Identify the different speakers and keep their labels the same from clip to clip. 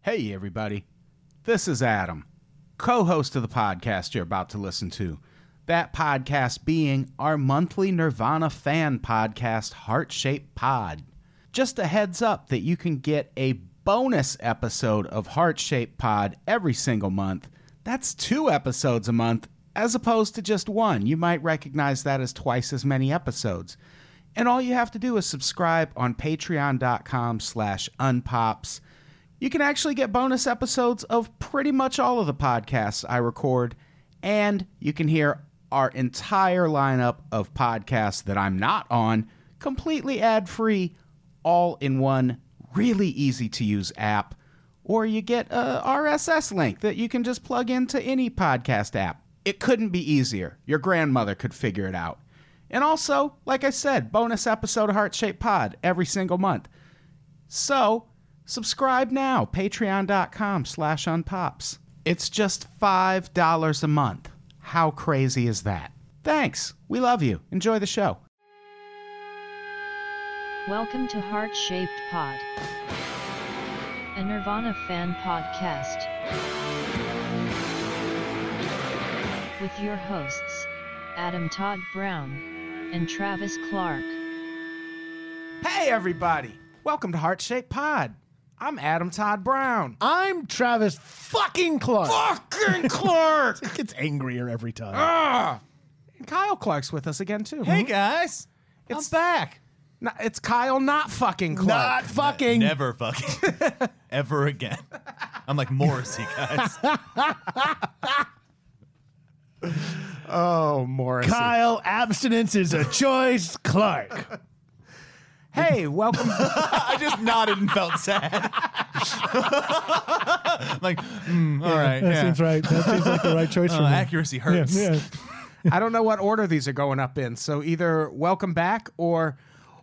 Speaker 1: Hey, everybody. This is Adam, co host of the podcast you're about to listen to. That podcast being our monthly Nirvana fan podcast, Heart Shaped Pod. Just a heads up that you can get a bonus episode of Heart Shaped Pod every single month. That's two episodes a month as opposed to just one. You might recognize that as twice as many episodes. And all you have to do is subscribe on patreon.com slash unpops. You can actually get bonus episodes of pretty much all of the podcasts I record, and you can hear our entire lineup of podcasts that I'm not on completely ad free, all in one really easy to use app. Or you get a RSS link that you can just plug into any podcast app. It couldn't be easier. Your grandmother could figure it out. And also, like I said, bonus episode of Heart Shaped Pod every single month. So subscribe now, patreon.com slash unpops. It's just $5 a month. How crazy is that? Thanks. We love you. Enjoy the show.
Speaker 2: Welcome to Heart Shaped Pod, a Nirvana fan podcast. With your hosts, Adam Todd Brown and Travis Clark.
Speaker 1: Hey, everybody. Welcome to Heart Shaped Pod. I'm Adam Todd Brown.
Speaker 3: I'm Travis fucking Clark.
Speaker 1: Fucking Clark!
Speaker 3: It gets angrier every time. Hmm?
Speaker 1: And Kyle Clark's with us again, too.
Speaker 3: Hey guys,
Speaker 1: It's-
Speaker 3: I'm back.
Speaker 1: No, it's Kyle, not fucking Clark.
Speaker 3: Not fucking.
Speaker 4: Never fucking ever again. I'm like Morrissey, guys.
Speaker 1: oh, Morris.
Speaker 3: Kyle, abstinence is a choice, Clark.
Speaker 1: Hey, welcome.
Speaker 4: I just nodded and felt sad. like, mm, all right,
Speaker 5: That
Speaker 4: yeah.
Speaker 5: seems right. That seems like the right choice
Speaker 4: Uh,
Speaker 5: for me.
Speaker 4: accuracy hurts.
Speaker 5: Yeah, yeah.
Speaker 1: I don't know what order these are going up in. So either welcome back or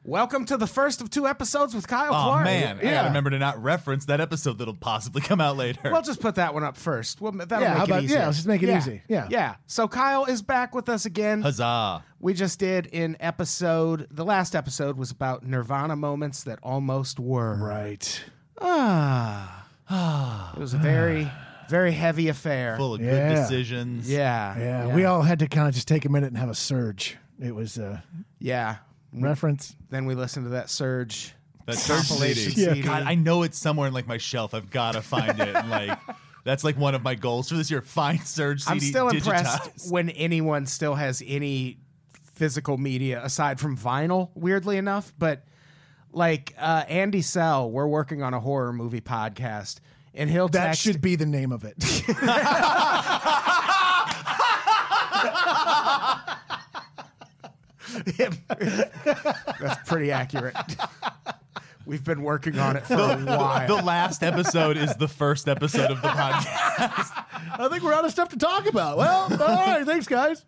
Speaker 1: welcome to the first of two episodes with Kyle
Speaker 4: Oh
Speaker 1: Clark.
Speaker 4: man, I
Speaker 3: Yeah.
Speaker 4: gotta remember to not reference that episode that'll possibly come out later.
Speaker 1: We'll just put that one up first. We'll, that'll
Speaker 3: Yeah,
Speaker 1: make
Speaker 3: how
Speaker 1: it
Speaker 3: about-
Speaker 1: easier.
Speaker 3: yeah, let's just make it easy. Yeah.
Speaker 1: Yeah. So Kyle is back with us again.
Speaker 4: Huzzah!
Speaker 1: We just did an episode. The last episode was about Nirvana moments that almost were.
Speaker 3: Right.
Speaker 1: Ah. it was a very, very heavy affair.
Speaker 4: Full of
Speaker 3: Yeah.
Speaker 4: good decisions.
Speaker 1: yeah,
Speaker 3: Yeah, we all had to kind of just take a minute and have a surge. It was a
Speaker 1: Yeah.
Speaker 3: reference.
Speaker 1: Then we listened to that Surge.
Speaker 4: That Surge
Speaker 1: compilation
Speaker 4: CD.
Speaker 1: CD.
Speaker 4: God, I know it's somewhere in like my shelf. I've gotta find it. And, like, that's like one of my goals for this year. Find Surge CD.
Speaker 1: I'm still impressed
Speaker 4: digitized.
Speaker 1: when anyone still has any physical media aside from vinyl, weirdly enough. But like uh, Andy Sell, we're working on a horror movie podcast, and he'll
Speaker 3: That
Speaker 1: text,
Speaker 3: should be the name of it.
Speaker 1: That's pretty accurate. We've been working on it for a
Speaker 4: The
Speaker 1: while.
Speaker 4: last episode is the first episode of the podcast.
Speaker 3: I think we're out of stuff to talk about. Well, all right, thanks, guys.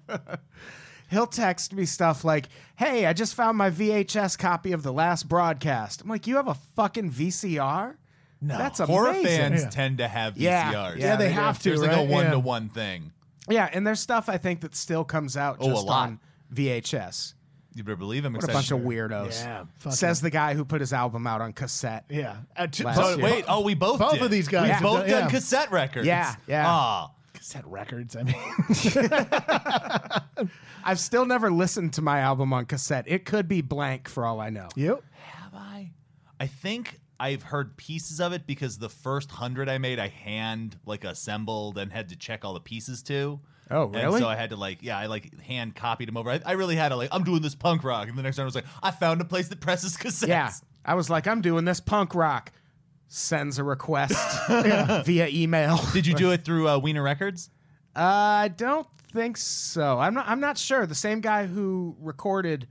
Speaker 1: He'll text me stuff like, "Hey, I just found my VHS copy of the last broadcast." I'm like, "You have a fucking VCR? No, that's amazing."
Speaker 4: Horror fans
Speaker 3: Yeah.
Speaker 4: tend to have E VCRs.
Speaker 1: Yeah,
Speaker 3: Yeah, they,
Speaker 1: they
Speaker 3: have to.
Speaker 4: There's like a
Speaker 3: right?
Speaker 4: one
Speaker 3: Yeah.
Speaker 4: to one thing.
Speaker 1: Yeah, and there's stuff I think that still comes out
Speaker 4: Oh, a
Speaker 1: just
Speaker 4: lot.
Speaker 1: on VHS.
Speaker 4: You better believe him.
Speaker 1: What a bunch of weirdos.
Speaker 3: Yeah, fucking-
Speaker 1: Says the guy who put his album out on cassette.
Speaker 3: Yeah. Uh, t-
Speaker 1: Last
Speaker 3: plus-
Speaker 1: year.
Speaker 4: Wait, oh, we both
Speaker 3: Both
Speaker 4: did.
Speaker 3: of these guys
Speaker 4: We
Speaker 3: have
Speaker 4: both
Speaker 3: done-
Speaker 4: done,
Speaker 3: yeah.
Speaker 4: cassette records.
Speaker 1: Yeah, yeah.
Speaker 4: Ah,
Speaker 3: Cassette records. I mean,
Speaker 1: I've still never listened to my album on cassette. It could be blank for all I know.
Speaker 3: yep.
Speaker 4: have I? I think I've heard pieces of it because the first hundred I made, I hand like assembled and had to check all the pieces to.
Speaker 1: Oh,
Speaker 4: And
Speaker 1: really?
Speaker 4: so I had to like, yeah, I like hand copied them over. I, I really had to like, I'm doing this punk rock, and the next time I was like, I found a place that presses cassettes.
Speaker 1: Yeah. I was like, I'm doing this punk rock. Sends a request via email.
Speaker 4: Did you do it through uh, Wiener Records?
Speaker 1: Uh, I don't think so. I'm not I'm not sure. The same guy who recorded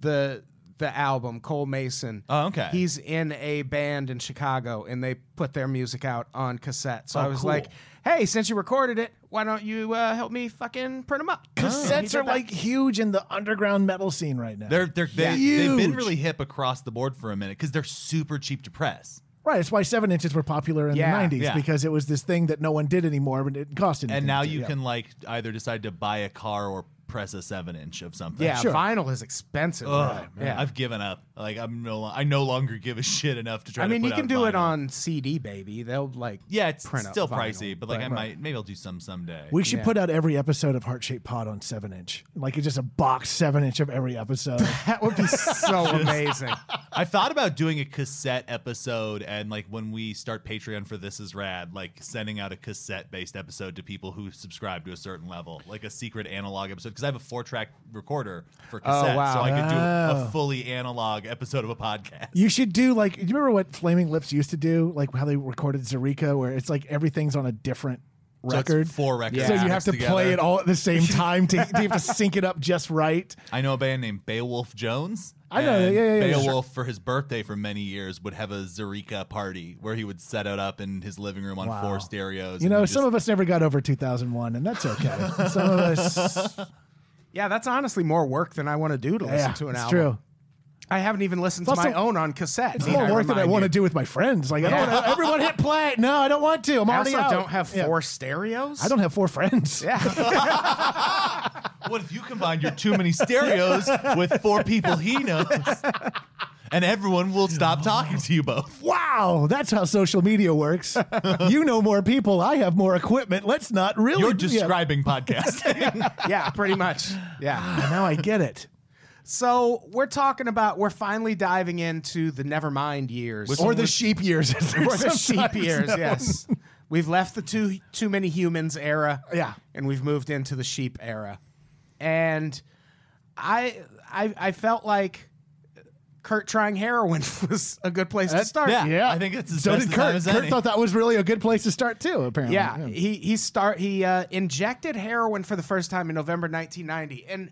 Speaker 1: the the album, Cole Mason.
Speaker 4: Oh, okay.
Speaker 1: He's in a band in Chicago and they put their music out on cassette. So
Speaker 4: Oh,
Speaker 1: I was
Speaker 4: cool.
Speaker 1: like, "Hey, since you recorded it, why don't you uh, help me fucking print them up?"
Speaker 4: Oh,
Speaker 1: And Oh, he
Speaker 3: Cassettes
Speaker 1: did
Speaker 3: are
Speaker 1: that.
Speaker 3: like huge in the underground metal scene right now.
Speaker 4: They're they're they,
Speaker 3: Yeah.
Speaker 4: they've been
Speaker 3: Huge.
Speaker 4: really hip across the board for a minute because they're super cheap to press.
Speaker 3: Right, that's why seven inches were popular in
Speaker 1: Yeah,
Speaker 3: the '90s
Speaker 4: yeah.
Speaker 3: because it was this thing that no one did anymore, but it cost anything.
Speaker 4: And now
Speaker 3: to do,
Speaker 4: you
Speaker 3: yeah.
Speaker 4: can like either decide to buy a car or press a seven inch of something.
Speaker 1: Yeah,
Speaker 3: Sure.
Speaker 1: vinyl is expensive.
Speaker 4: Ugh,
Speaker 1: man. Yeah.
Speaker 4: I've given up. Like I'm no, lo- I no longer give a shit enough to try.
Speaker 1: I mean,
Speaker 4: to
Speaker 1: you
Speaker 4: put
Speaker 1: can
Speaker 4: out
Speaker 1: do it
Speaker 4: vinyl.
Speaker 1: on CD, baby. They'll like.
Speaker 4: Yeah, it's
Speaker 1: print up
Speaker 4: still
Speaker 1: vinyl,
Speaker 4: pricey, but like
Speaker 1: but-
Speaker 4: I might, maybe I'll do some someday.
Speaker 3: We should
Speaker 1: Yeah.
Speaker 3: put out every episode of Heart Shaped Pod on seven inch, like it's just a box seven inch of every episode.
Speaker 1: That would be so amazing.
Speaker 4: I thought about doing a cassette episode, and like when we start Patreon for This Is Rad, like sending out a cassette based episode to people who subscribe to a certain level, like a secret analog episode. Because I have a four track recorder for cassette, so
Speaker 1: wow.
Speaker 4: I could do a
Speaker 3: Oh.
Speaker 4: fully analog episode of a podcast.
Speaker 3: You should do like you remember what Flaming Lips used to do, like how they recorded Zurika, where it's like everything's on a different
Speaker 4: So it's
Speaker 3: record.
Speaker 4: four records.
Speaker 3: So you have
Speaker 4: mixed
Speaker 3: to play
Speaker 4: together.
Speaker 3: it all at the same time to, to have to sync it up just right.
Speaker 4: I know a band named Beowulf Jones.
Speaker 3: I know,
Speaker 4: and
Speaker 3: yeah, yeah, yeah,
Speaker 4: Beowulf, for his birthday for many years, would have a Zarika party where he would set it up in his living room on
Speaker 3: Wow.
Speaker 4: four stereos.
Speaker 3: You know, some of us never got over 2001, and that's okay. some of us,
Speaker 1: Yeah, that's honestly more work than I want to do to listen
Speaker 3: yeah,
Speaker 1: to an
Speaker 3: it's
Speaker 1: album.
Speaker 3: true.
Speaker 1: I haven't even listened
Speaker 3: It's
Speaker 1: to my
Speaker 3: also-
Speaker 1: own on cassette.
Speaker 3: It's
Speaker 1: need
Speaker 3: more work than I
Speaker 1: remind
Speaker 3: want to
Speaker 1: you.
Speaker 3: do with my friends. Like, I don't
Speaker 1: Yeah.
Speaker 3: want to, everyone hit play. No, I don't want to. I'm
Speaker 1: I
Speaker 3: already
Speaker 1: also
Speaker 3: out.
Speaker 1: don't have
Speaker 3: Yeah.
Speaker 1: four stereos.
Speaker 3: I don't have four friends.
Speaker 1: Yeah,
Speaker 4: What if you combined your too many stereos with four people he knows, and everyone will stop talking to you both?
Speaker 3: Wow, that's how social media works. you know more people. I have more equipment. Let's not really.
Speaker 4: You're
Speaker 3: yeah.
Speaker 4: describing podcasting.
Speaker 1: yeah, pretty much. Yeah.
Speaker 3: Ah, now I get it.
Speaker 1: So we're talking about we're finally diving into the Nevermind years
Speaker 3: or the sheep years.
Speaker 1: or the sheep years. Yes, we've left the too too many humans era.
Speaker 3: Yeah.
Speaker 1: and we've moved into the sheep era, and I I, I felt like Kurt trying heroin was a good place to start.
Speaker 4: yeah,
Speaker 3: Yeah.
Speaker 4: I think it's as
Speaker 3: So
Speaker 4: best
Speaker 3: did
Speaker 4: a time
Speaker 3: Kurt.
Speaker 4: as
Speaker 3: Kurt
Speaker 4: any.
Speaker 3: thought that was really a good place to start too. Apparently,
Speaker 1: Yeah, he he start he uh, injected heroin for the first time in November 1990, and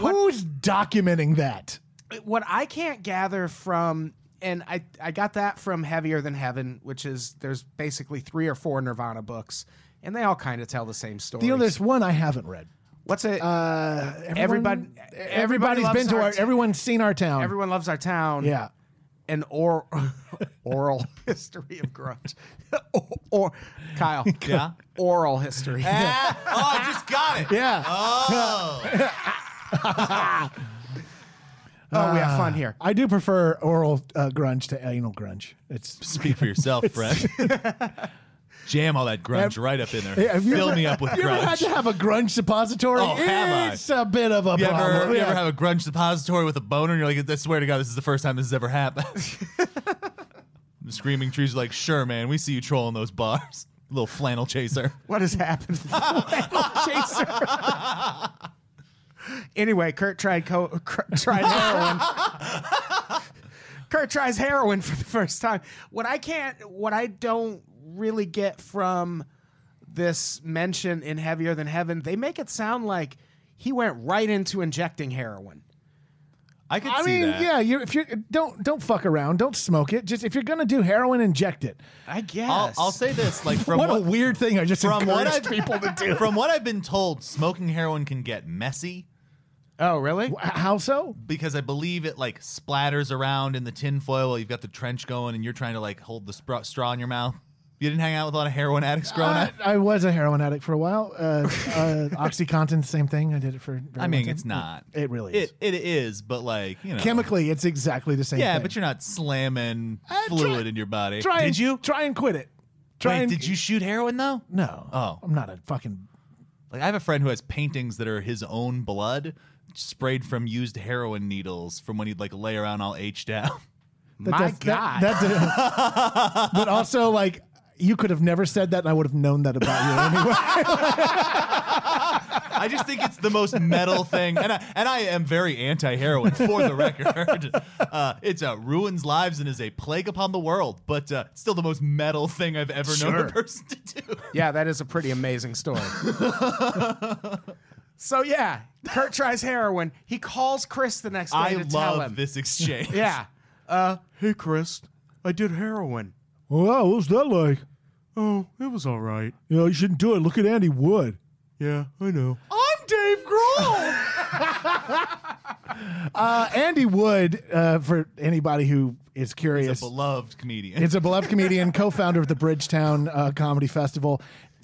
Speaker 1: what
Speaker 3: Who's documenting that?
Speaker 1: what I can't gather from and I I got that from Heavier Than Heaven, which is there's basically three or four Nirvana books, and they all kind of tell the same story.
Speaker 3: You know, there's one I haven't read.
Speaker 1: What's it?
Speaker 3: Uh, everyone,
Speaker 1: Everybody- everybody loves
Speaker 3: has been to
Speaker 1: our
Speaker 3: our.
Speaker 1: t-
Speaker 3: everyone's seen our town.
Speaker 1: Everyone loves our town.
Speaker 3: yeah.
Speaker 1: an or, oral history of grunge. or, or- Kyle.
Speaker 4: Yeah.
Speaker 1: Oral history.
Speaker 4: Ah, oh, I just got it.
Speaker 3: Yeah.
Speaker 4: Oh,
Speaker 1: oh, we have fun here.
Speaker 3: I do prefer oral uh, grunge to anal grunge. It's
Speaker 4: speak for yourself, Fred. Jam all that grunge right up in there.
Speaker 3: Yeah, have you
Speaker 4: Fill
Speaker 3: ever-
Speaker 4: me up with
Speaker 3: you
Speaker 4: grunge.
Speaker 3: ever had to have a grunge suppository?
Speaker 4: Oh, have I?
Speaker 3: it's a bit of a
Speaker 4: You
Speaker 3: problem.
Speaker 4: ever, you
Speaker 3: Yeah.
Speaker 4: ever have a grunge suppository with a boner and you're like, I swear to God, this is the first time this has ever happened. the Screaming Trees are like, sure, man, we see you trolling those bars. Little flannel chaser.
Speaker 1: What has happened? Chaser. anyway, Kurt tried co- cr- tried heroin. Kurt tries heroin for the first time. What I can't, what I don't really get from this mention in Heavier Than Heaven, they make it sound like he went right into injecting heroin.
Speaker 4: I could
Speaker 3: I
Speaker 4: see
Speaker 3: mean,
Speaker 4: that.
Speaker 3: yeah. You if you don't don't fuck around. Don't smoke it. Just if you're gonna do heroin, inject it.
Speaker 1: I guess.
Speaker 4: I'll, I'll say this, like from
Speaker 3: what,
Speaker 4: what,
Speaker 3: a weird thing! I just
Speaker 4: from what I've
Speaker 3: encouraged people to do.
Speaker 4: From what I've been told, smoking heroin can get messy
Speaker 1: oh, really?
Speaker 3: How so?
Speaker 4: because I believe it like splatters around in the tinfoil while you've got the trench going and you're trying to like hold the spr- straw in your mouth. You didn't hang out with a lot of heroin addicts growing
Speaker 3: I,
Speaker 4: up.
Speaker 3: I was a heroin addict for a while. Uh, uh, OxyContin, same thing. I did it for. a very
Speaker 4: I
Speaker 3: long
Speaker 4: mean,
Speaker 3: time.
Speaker 4: it's not.
Speaker 3: It really is.
Speaker 4: It, it is, but like, you know.
Speaker 3: Chemically, it's exactly the same.
Speaker 4: Yeah,
Speaker 3: thing.
Speaker 4: but you're not slamming
Speaker 3: Uh, try-
Speaker 4: fluid in your body.
Speaker 3: try
Speaker 4: did
Speaker 3: and,
Speaker 4: you?
Speaker 3: try and quit it? Try
Speaker 4: Wait,
Speaker 3: and,
Speaker 4: did you shoot heroin though?
Speaker 3: No.
Speaker 4: Oh.
Speaker 3: I'm not a fucking.
Speaker 4: Like I have a friend who has paintings that are his own blood sprayed from used heroin needles from when he'd like lay around all aged out.
Speaker 3: that-
Speaker 1: My
Speaker 3: that's- that-
Speaker 1: God.
Speaker 3: that's a- but also, like, you could have never said that, and I would have known that about you anyway.
Speaker 4: I just think it's the most metal thing, and I, and I am very anti-heroin for the record. Uh, it's uh, ruins lives and is a plague upon the world, but uh, still the most metal thing I've ever known a
Speaker 3: Sure.
Speaker 4: person to do.
Speaker 1: Yeah, that is a pretty amazing story. so yeah, Kurt tries heroin. He calls Chris the next day
Speaker 4: I
Speaker 1: to tell him.
Speaker 4: love this exchange.
Speaker 1: Yeah. Uh, hey Chris, I did heroin.
Speaker 3: wow, what was that like?
Speaker 1: Oh, it was all right.
Speaker 3: You know, you shouldn't do it. Look at Andy Wood.
Speaker 1: Yeah, I know.
Speaker 4: I'm Dave Grohl.
Speaker 3: Uh, Andy Wood, uh, for anybody who is curious,
Speaker 4: He's a beloved comedian.
Speaker 3: It's a beloved comedian, co-founder of the Bridgetown uh, Comedy Festival,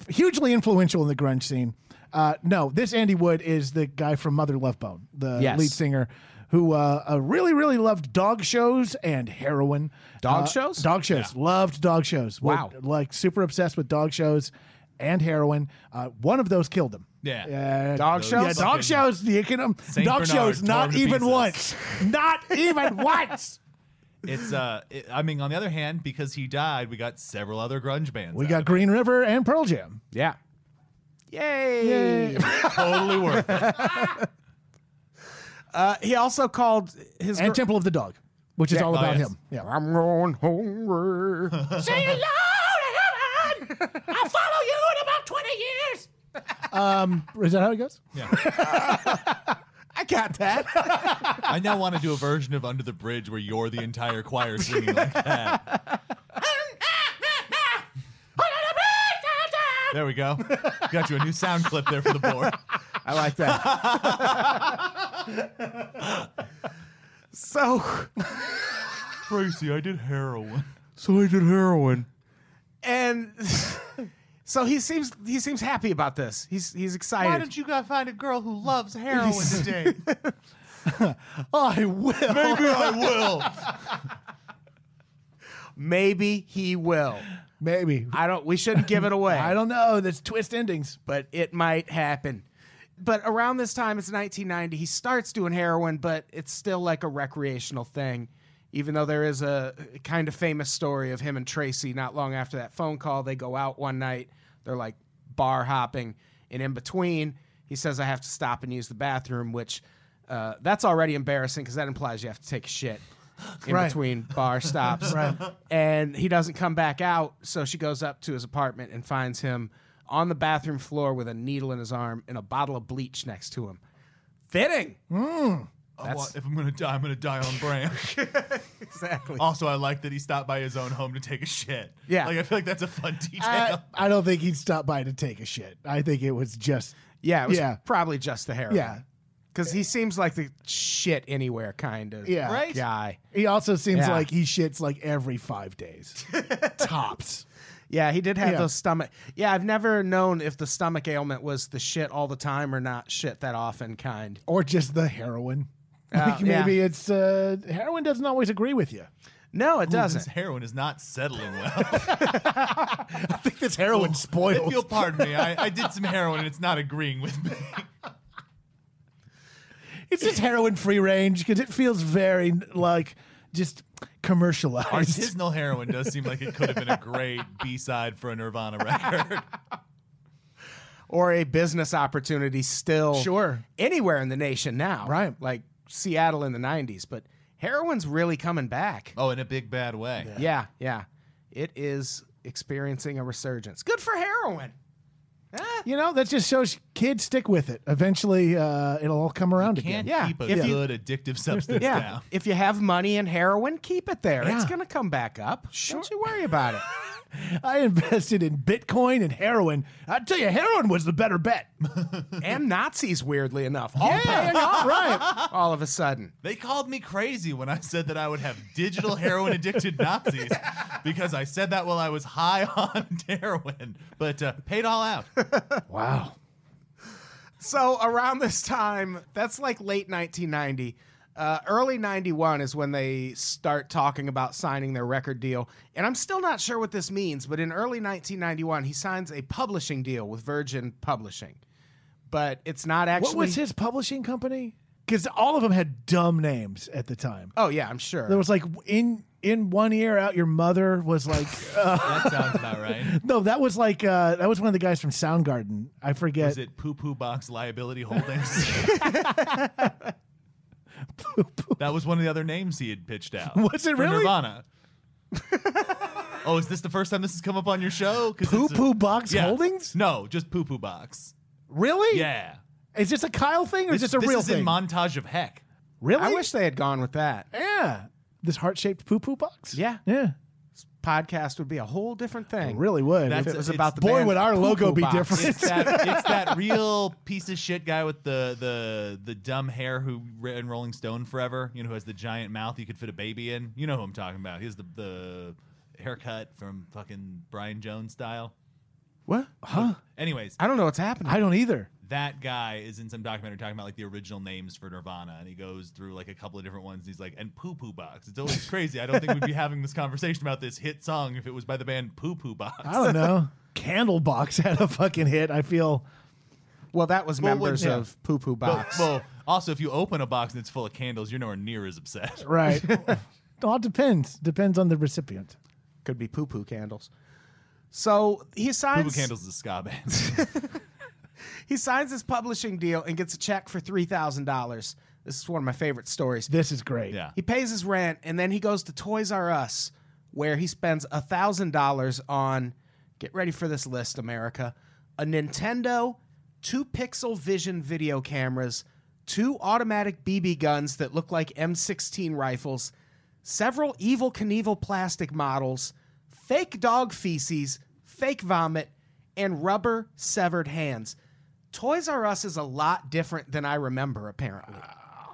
Speaker 3: hugely influential in the grunge scene. Uh, no, this Andy Wood is the guy from Mother Love Bone, the
Speaker 6: Yes.
Speaker 3: lead singer, who uh, uh, really, really loved dog shows and heroin.
Speaker 6: Dog
Speaker 3: Uh,
Speaker 6: shows?
Speaker 3: Dog shows. Loved dog shows. Were,
Speaker 6: Wow.
Speaker 3: like super obsessed with dog shows and heroin. Uh, one of those killed him.
Speaker 4: Yeah.
Speaker 3: Uh,
Speaker 6: Dog
Speaker 4: Those
Speaker 6: shows?
Speaker 3: Yeah, dog
Speaker 4: fucking-
Speaker 3: shows. You can, um,
Speaker 4: Saint
Speaker 3: dog
Speaker 4: Bernard
Speaker 3: shows. Not
Speaker 4: torn to
Speaker 3: even
Speaker 4: pieces.
Speaker 3: once. Not even once.
Speaker 4: it's uh, it- I mean, on the other hand, because he died, we got several other grunge bands.
Speaker 3: We
Speaker 4: out
Speaker 3: got
Speaker 4: of it.
Speaker 3: Green River and Pearl Jam.
Speaker 6: Yeah.
Speaker 1: Yay!
Speaker 4: totally worth it.
Speaker 1: Uh, he also called his.
Speaker 3: and
Speaker 1: gr-
Speaker 3: Temple of the Dog, which is all
Speaker 4: Oh,
Speaker 3: about
Speaker 4: yes.
Speaker 3: him. Yeah.
Speaker 1: I'm going hungry.
Speaker 3: Say hello to heaven. I'll follow you in about twenty years. Um, is that how it goes?
Speaker 4: Yeah.
Speaker 1: I got that.
Speaker 3: Ah,
Speaker 4: I now want to do a version of Under the Bridge where you're the entire choir singing like that.
Speaker 3: ah,
Speaker 4: There we go. Got you a new sound clip there for the board.
Speaker 6: I like that.
Speaker 1: So,
Speaker 4: Tracy, I did heroin.
Speaker 1: and so he seems he seems happy about this. He's he's excited.
Speaker 4: you go find a girl who loves heroin today?
Speaker 3: Oh, I will.
Speaker 4: Maybe I will.
Speaker 1: Maybe he will.
Speaker 3: Maybe.
Speaker 1: I don't. We shouldn't give it away.
Speaker 3: I don't know. There's twist endings.
Speaker 1: but it might happen. But around this time, it's 1990. He starts doing heroin, but it's still like a recreational thing. Even though there is a kind of famous story of him and Tracy not long after that phone call, they go out one night. They're like bar hopping, and in between, he says, "I have to stop and use the bathroom," which uh, that's already embarrassing because that implies you have to take a shit in
Speaker 3: Right.
Speaker 1: between bar stops.
Speaker 3: Right.
Speaker 1: And he doesn't come back out, so she goes up to his apartment and finds him on the bathroom floor with a needle in his arm and a bottle of bleach next to him. Fitting.
Speaker 4: I want- if I'm gonna die, I'm gonna die on brand.
Speaker 1: Exactly.
Speaker 4: also, I like that he stopped by his own home to take a shit.
Speaker 1: Yeah.
Speaker 4: like I feel like that's a fun detail.
Speaker 3: I, I don't think he'd stop by to take a shit. I think it was just.
Speaker 1: Yeah, it was
Speaker 3: Yeah.
Speaker 1: probably just the heroin.
Speaker 3: Yeah.
Speaker 1: Because he seems like the shit anywhere kind of
Speaker 3: Yeah.
Speaker 4: Right?
Speaker 1: guy.
Speaker 3: He also seems
Speaker 1: Yeah.
Speaker 3: like he shits like every five days, tops.
Speaker 1: Yeah, he did have
Speaker 3: Yeah.
Speaker 1: those stomach. Yeah, I've never known if the stomach ailment was the shit all the time or not shit that often kind.
Speaker 3: or just the heroin. like
Speaker 1: yeah.
Speaker 3: maybe it's uh, heroin doesn't always agree with you.
Speaker 1: No, it
Speaker 4: This
Speaker 1: doesn't.
Speaker 4: heroin is not settling well.
Speaker 3: I think this heroin
Speaker 4: if
Speaker 3: spoiled.
Speaker 4: you'll pardon me, I, I did some heroin and it's not agreeing with me.
Speaker 3: It's just heroin free range because it feels very like just commercialized.
Speaker 4: Artisanal heroin does seem like it could have been a great B side for a Nirvana record.
Speaker 1: or a business opportunity still
Speaker 3: Sure.
Speaker 1: anywhere in the nation now.
Speaker 3: Right.
Speaker 1: Like Seattle in the 90s, but heroin's really coming back.
Speaker 4: Oh, in a big bad way.
Speaker 1: Yeah, yeah. It is experiencing a resurgence. Good for heroin.
Speaker 3: You know, that just shows kids stick with it. Eventually, uh, it'll all come around again.
Speaker 4: Can't
Speaker 1: Yeah.
Speaker 4: keep a
Speaker 1: If you-
Speaker 4: good addictive substance
Speaker 1: Yeah.
Speaker 4: down.
Speaker 1: If you have money in heroin, keep it there. It's
Speaker 3: Yeah.
Speaker 1: going to come back up. Don't you worry about it.
Speaker 3: I invested in Bitcoin and heroin. I tell you, heroin was the better bet.
Speaker 1: and Nazis, weirdly enough, all paying off
Speaker 3: right.
Speaker 1: all of a sudden.
Speaker 4: They called me crazy when I said that I would have digital heroin addicted Nazis because I said that while I was high on heroin, but uh, paid all out.
Speaker 3: Wow.
Speaker 1: So around this time, that's like late 1990. Uh, early 91 is when they start talking about signing their record deal. And I'm still not sure what this means, but in early 1991, he signs a publishing deal with Virgin Publishing. But it's not actually.
Speaker 3: What was his publishing company? Because all of them had dumb names at the time.
Speaker 1: Oh, yeah, I'm sure.
Speaker 3: There was like in in one ear, out your mother was like. Uh,
Speaker 4: That sounds about right.
Speaker 3: No, that was like uh, that was one of the guys from Soundgarden. I forget.
Speaker 4: Is it poo poo box liability holdings? That was one of the other names he had pitched out.
Speaker 3: Was it
Speaker 4: for
Speaker 3: really?
Speaker 4: Nirvana. oh, is this the first time this has come up on your show? 'Cause
Speaker 3: Poo
Speaker 4: it's a-
Speaker 3: Poo Box
Speaker 4: Yeah.
Speaker 3: Holdings?
Speaker 4: No, just poo poo box.
Speaker 3: Really?
Speaker 4: Yeah.
Speaker 3: Is this a Kyle thing or is this a
Speaker 4: this
Speaker 3: real
Speaker 4: is
Speaker 3: thing?
Speaker 4: in montage of heck.
Speaker 3: really?
Speaker 1: I wish they had gone with that.
Speaker 3: Yeah. This heart shaped poo poo box.
Speaker 1: Yeah.
Speaker 3: Yeah.
Speaker 1: podcast would be a whole different thing.
Speaker 3: It really would.
Speaker 4: That's-
Speaker 1: If it was
Speaker 4: It's-
Speaker 1: about the
Speaker 3: boy,
Speaker 1: band
Speaker 3: would our
Speaker 1: Poo
Speaker 3: logo
Speaker 1: Poo
Speaker 3: be
Speaker 1: Box.
Speaker 3: different.
Speaker 4: It's that, it's that real piece of shit guy with the the the dumb hair who ran Rolling Stone forever. You know, who has the giant mouth you could fit a baby in. You know who I'm talking about. He has the the haircut from fucking Brian Jones style.
Speaker 1: What? Huh?
Speaker 4: Anyways,
Speaker 1: I don't know what's happening.
Speaker 3: I don't either.
Speaker 4: that guy is in some documentary talking about like the original names for Nirvana, and he goes through like a couple of different ones. And he's like, and Poo Poo Box. It's always crazy. I don't think we'd be having this conversation about this hit song if it was by the band Poo Poo Box.
Speaker 3: I don't know. Candlebox had a fucking hit. I feel
Speaker 1: well, that was
Speaker 4: Well,
Speaker 1: members
Speaker 4: what- yeah.
Speaker 1: of Poo Poo
Speaker 4: Well,
Speaker 1: Box.
Speaker 4: well, also, if you open a box and it's full of candles, you're nowhere near as upset.
Speaker 3: right. All depends. Depends on the recipient.
Speaker 1: Could be Poo Poo candles. So he
Speaker 4: Poo Poo
Speaker 1: signs
Speaker 4: Candles is a ska band.
Speaker 1: he signs his publishing deal and gets a check for three thousand dollars. This is one of my favorite stories.
Speaker 3: This is great.
Speaker 4: yeah.
Speaker 1: He pays his rent and then he goes to Toys R Us, where he spends a thousand dollars on get ready for this list, America. A Nintendo, two pixel vision video cameras, two automatic BB guns that look like M16 rifles, several evil Knievel plastic models, fake dog feces, fake vomit, and rubber severed hands. Toys R Us is a lot different than I remember, apparently.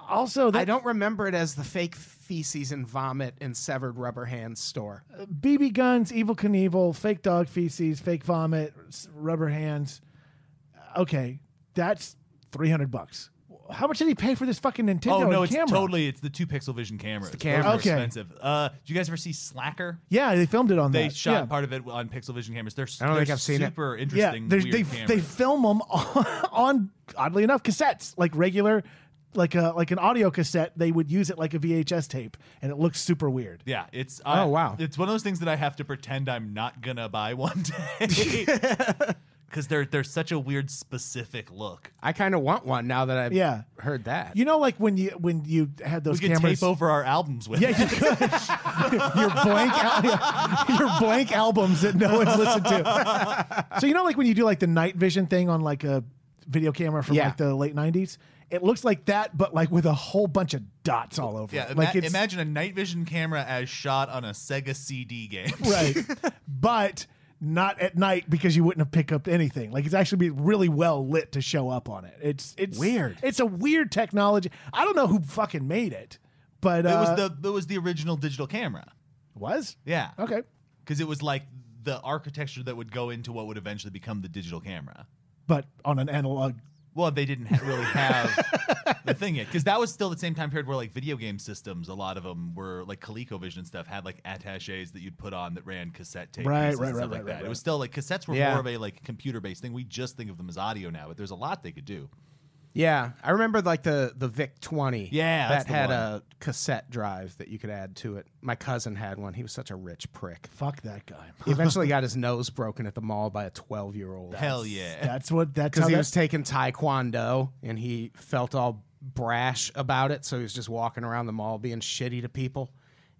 Speaker 3: Also,
Speaker 1: I
Speaker 3: that
Speaker 1: don't remember it as the fake feces and vomit and severed rubber hands store.
Speaker 3: BB guns, evil Knievel, fake dog feces, fake vomit, s- rubber hands. Okay, that's three hundred bucks. How much did he pay for this fucking Nintendo
Speaker 4: Oh no,
Speaker 3: and
Speaker 4: it's
Speaker 3: camera?
Speaker 4: totally it's the two pixel vision cameras. It's
Speaker 1: cameras.
Speaker 3: Okay.
Speaker 4: expensive. Uh, did you guys ever see Slacker?
Speaker 3: yeah, they filmed it on
Speaker 4: They
Speaker 3: that.
Speaker 4: shot
Speaker 3: yeah.
Speaker 4: part of it on pixel vision cameras. They're,
Speaker 1: I don't
Speaker 4: they're
Speaker 1: think I've seen it.
Speaker 4: super
Speaker 3: Yeah,
Speaker 4: interesting.
Speaker 3: there's-
Speaker 4: weird
Speaker 3: they
Speaker 4: cameras.
Speaker 3: they film them on, on oddly enough cassettes, like regular, like a like an audio cassette. They would use it like a VHS tape, and it looks super weird.
Speaker 4: Yeah, it's uh,
Speaker 1: Oh, wow.
Speaker 4: It's one of those things that I have to pretend I'm not gonna buy one day because they're they're such a weird specific look.
Speaker 1: I kind of want one now that I've
Speaker 3: Yeah.
Speaker 1: heard that.
Speaker 3: You know, like when you when you had those
Speaker 4: We could
Speaker 3: cameras.
Speaker 4: tape over our albums with.
Speaker 3: Yeah,
Speaker 4: it.
Speaker 3: you could. your blank, al- yeah, your blank albums that no one's listened to. So you know, like when you do like the night vision thing on like a video camera from
Speaker 1: Yeah.
Speaker 3: like the late '90s, it looks like that, but like with a whole bunch of dots all over.
Speaker 4: yeah.
Speaker 3: it. like
Speaker 4: ima- imagine a night vision camera as shot on a Sega CD game.
Speaker 3: right, but not at night because you wouldn't have picked up anything. Like it's actually be really well lit to show up on it. It's it's
Speaker 1: Weird.
Speaker 3: It's a weird technology. I don't know who fucking made it, but
Speaker 4: It
Speaker 3: uh,
Speaker 4: was the it was the original digital camera.
Speaker 3: was
Speaker 4: Yeah.
Speaker 3: okay.
Speaker 4: Because it was like the architecture that would go into what would eventually become the digital camera.
Speaker 3: But on an analog
Speaker 4: Well, they didn't ha- really have the thing yet, because that was still the same time period where like video game systems, a lot of them were like ColecoVision and stuff had like attaches that you'd put on that ran cassette tape,
Speaker 3: Right,
Speaker 4: pieces
Speaker 3: right,
Speaker 4: and
Speaker 3: right,
Speaker 4: stuff
Speaker 3: right,
Speaker 4: like that.
Speaker 3: right,
Speaker 4: It was still like cassettes were
Speaker 1: Yeah.
Speaker 4: more of a like computer based thing. We just think of them as audio now, but there's a lot they could do.
Speaker 1: yeah, I remember like the the Vic twenty.
Speaker 4: Yeah,
Speaker 1: that
Speaker 4: that's the
Speaker 1: had
Speaker 4: one.
Speaker 1: a cassette drive that you could add to it. My cousin had one. He was such a rich prick.
Speaker 3: Fuck that guy.
Speaker 1: He eventually got his nose broken at the mall by a twelve year old
Speaker 4: Hell yeah.
Speaker 3: That's what that's how
Speaker 1: because he
Speaker 3: that-
Speaker 1: was taking taekwondo and he felt all brash about it. So he was just walking around the mall being shitty to people.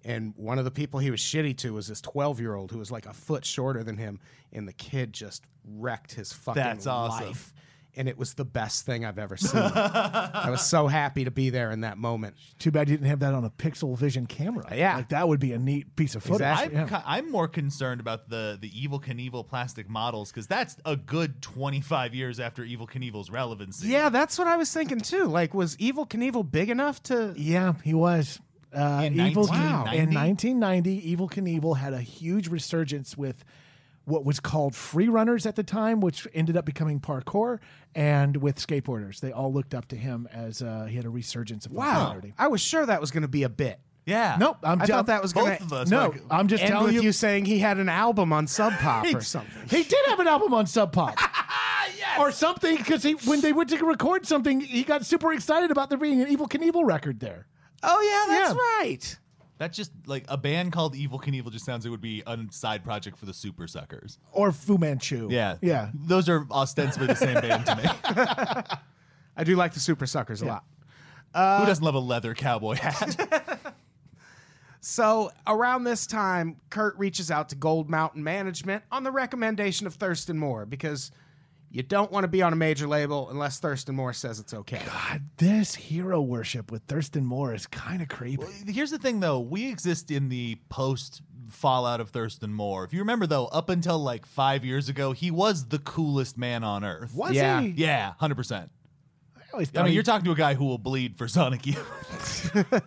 Speaker 1: And one of the people he was shitty to was this 12 year old who was like a foot shorter than him. And the kid just wrecked his fucking
Speaker 4: That's awesome.
Speaker 1: life. And it was the best thing I've ever seen. I was so happy to be there in that moment.
Speaker 3: too bad you didn't have that on a Pixel Vision camera.
Speaker 1: Yeah.
Speaker 3: like that would be a neat piece of footage.
Speaker 1: Exactly.
Speaker 4: I'm, ki- I'm more concerned about the the evil Knievel plastic models because that's a good 25 years after evil Knievel's relevancy.
Speaker 1: Yeah, that's what I was thinking too. Like, was Evil Knievel big enough to.
Speaker 3: Yeah, he was. Uh,
Speaker 4: In
Speaker 3: Evil
Speaker 4: 1990?
Speaker 3: in 1990, Evil Knievel had a huge resurgence with what was called free runners at the time, which ended up becoming parkour, and with skateboarders. They all looked up to him as uh, he had a resurgence of
Speaker 1: Wow.
Speaker 3: popularity.
Speaker 1: I was sure that was going to be a bit.
Speaker 4: Yeah.
Speaker 3: Nope, I'm
Speaker 1: I
Speaker 3: tell-
Speaker 1: thought that was
Speaker 4: Both
Speaker 1: going
Speaker 4: of
Speaker 1: to
Speaker 4: us.
Speaker 3: No,
Speaker 4: like-
Speaker 3: I'm just
Speaker 1: end
Speaker 3: telling
Speaker 1: with you,
Speaker 3: you.
Speaker 1: saying he had an album on Sub Pop or something.
Speaker 3: He did have an album on Sub Pop. Or something, because he when they went to record something, he got super excited about there being an Evil Knievel record there.
Speaker 1: Oh yeah, that's
Speaker 3: Yeah.
Speaker 1: right.
Speaker 4: That's just like a band called Evil Knievel just sounds like it would be a side project for the Super Suckers.
Speaker 3: Or Fu Manchu.
Speaker 4: Yeah.
Speaker 3: Yeah.
Speaker 4: Those are ostensibly the same band to me.
Speaker 1: I do like the Super Suckers a lot.
Speaker 3: Uh,
Speaker 4: Who doesn't love a leather cowboy hat?
Speaker 1: So around this time, Kurt reaches out to Gold Mountain Management on the recommendation of Thurston Moore because you don't want to be on a major label unless Thurston Moore says it's okay.
Speaker 3: God, Uh, this hero worship with Thurston Moore is kind of creepy.
Speaker 4: Here's the thing though, we exist in the post fallout of Thurston Moore. If you remember though, up until like five years ago, he was the coolest man on earth.
Speaker 3: Was
Speaker 1: Yeah.
Speaker 3: he?
Speaker 4: Yeah, hundred percent.
Speaker 3: I always
Speaker 4: I
Speaker 3: thought
Speaker 4: mean,
Speaker 3: he-
Speaker 4: you're talking to a guy who will bleed for Sonic Youth.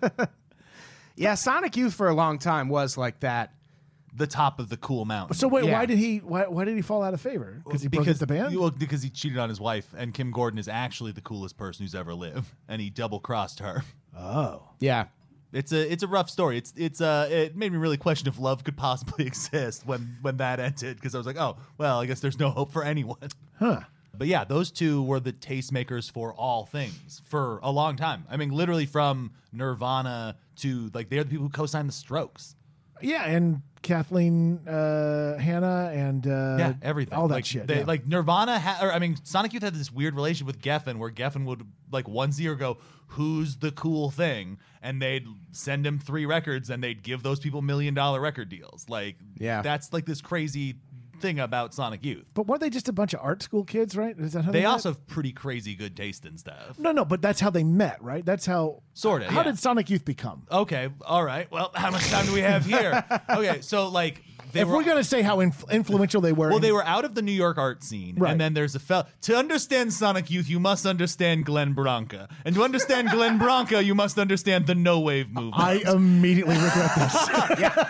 Speaker 1: Yeah, Sonic Youth for a long time was like that.
Speaker 4: the top of the cool mountain.
Speaker 3: So wait,
Speaker 1: Yeah.
Speaker 3: why did he? Why, why did he fall out of favor? Because he broke up the band.
Speaker 4: Well, because he cheated on his wife, and Kim Gordon is actually the coolest person who's ever lived, and he double crossed her.
Speaker 3: oh,
Speaker 1: Yeah.
Speaker 4: It's a it's a rough story. It's it's uh it made me really question if love could possibly exist when when that ended because I was like oh well I guess there's no hope for anyone.
Speaker 3: huh?
Speaker 4: But yeah, those two were the tastemakers for all things for a long time. I mean, literally from Nirvana to like they're the people who co-signed the Strokes.
Speaker 3: Yeah, and Kathleen, uh, Hannah, and uh,
Speaker 4: yeah, everything.
Speaker 3: all that
Speaker 4: like,
Speaker 3: shit.
Speaker 4: They,
Speaker 3: yeah.
Speaker 4: Like Nirvana, ha- or I mean, Sonic Youth had this weird relation with Geffen, where Geffen would like once a year go, "Who's the cool thing?" and they'd send him three records, and they'd give those people million dollar record deals. Like,
Speaker 1: Yeah.
Speaker 4: that's like this crazy thing about Sonic Youth.
Speaker 3: but weren't they just a bunch of art school kids, right? Is that how they,
Speaker 4: They
Speaker 3: met?
Speaker 4: also have pretty crazy good taste in stuff.
Speaker 3: no, no, but that's how they met, right? That's how
Speaker 4: Sorta,
Speaker 3: How
Speaker 4: yeah. Uh,
Speaker 3: did Sonic Youth become?
Speaker 4: Okay, all right. Well, how much time do we have here? okay, so like they
Speaker 3: if
Speaker 4: were.
Speaker 3: we're gonna say how inf- influential they were,
Speaker 4: well, they were out of the New York art scene,
Speaker 3: Right.
Speaker 4: and then there's a fell. To understand Sonic Youth, you must understand Glenn Branca, and to understand Glenn Branca, you must understand the No Wave movement.
Speaker 3: I immediately regret this.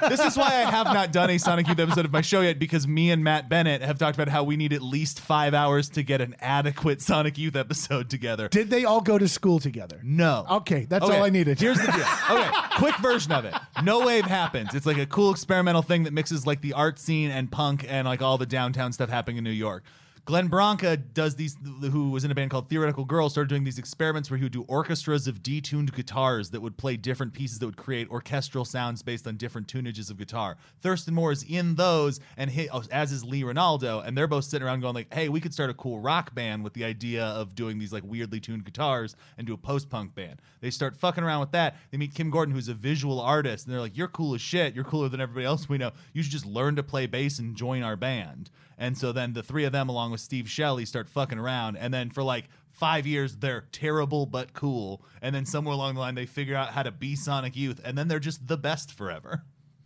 Speaker 4: this is why I have not done a Sonic Youth episode of my show yet, because me and Matt Bennett have talked about how we need at least five hours to get an adequate Sonic Youth episode together.
Speaker 3: Did they all go to school together?
Speaker 4: No.
Speaker 3: Okay, that's all I needed.
Speaker 4: Here's the deal. Okay, quick version of it. No Wave happens. It's like a cool experimental thing that mixes like the art scene and punk and like all the downtown stuff happening in New York. Glenn Branca does these, who was in a band called Theoretical Girls, started doing these experiments where he would do orchestras of detuned guitars that would play different pieces that would create orchestral sounds based on different tunages of guitar. Thurston Moore is in those, and hit, as is Lee Ronaldo, and they're both sitting around going like, "Hey, we could start a cool rock band with the idea of doing these like weirdly tuned guitars and do a post punk band." They start fucking around with that. They meet Kim Gordon, who's a visual artist, and they're like, "You're cool as shit. You're cooler than everybody else we know. You should just learn to play bass and join our band." And so then the three of them, along with Steve Shelley, start fucking around, and then for like five years they're terrible but cool, and then somewhere along the line they figure out how to be Sonic Youth, and then they're just the best forever.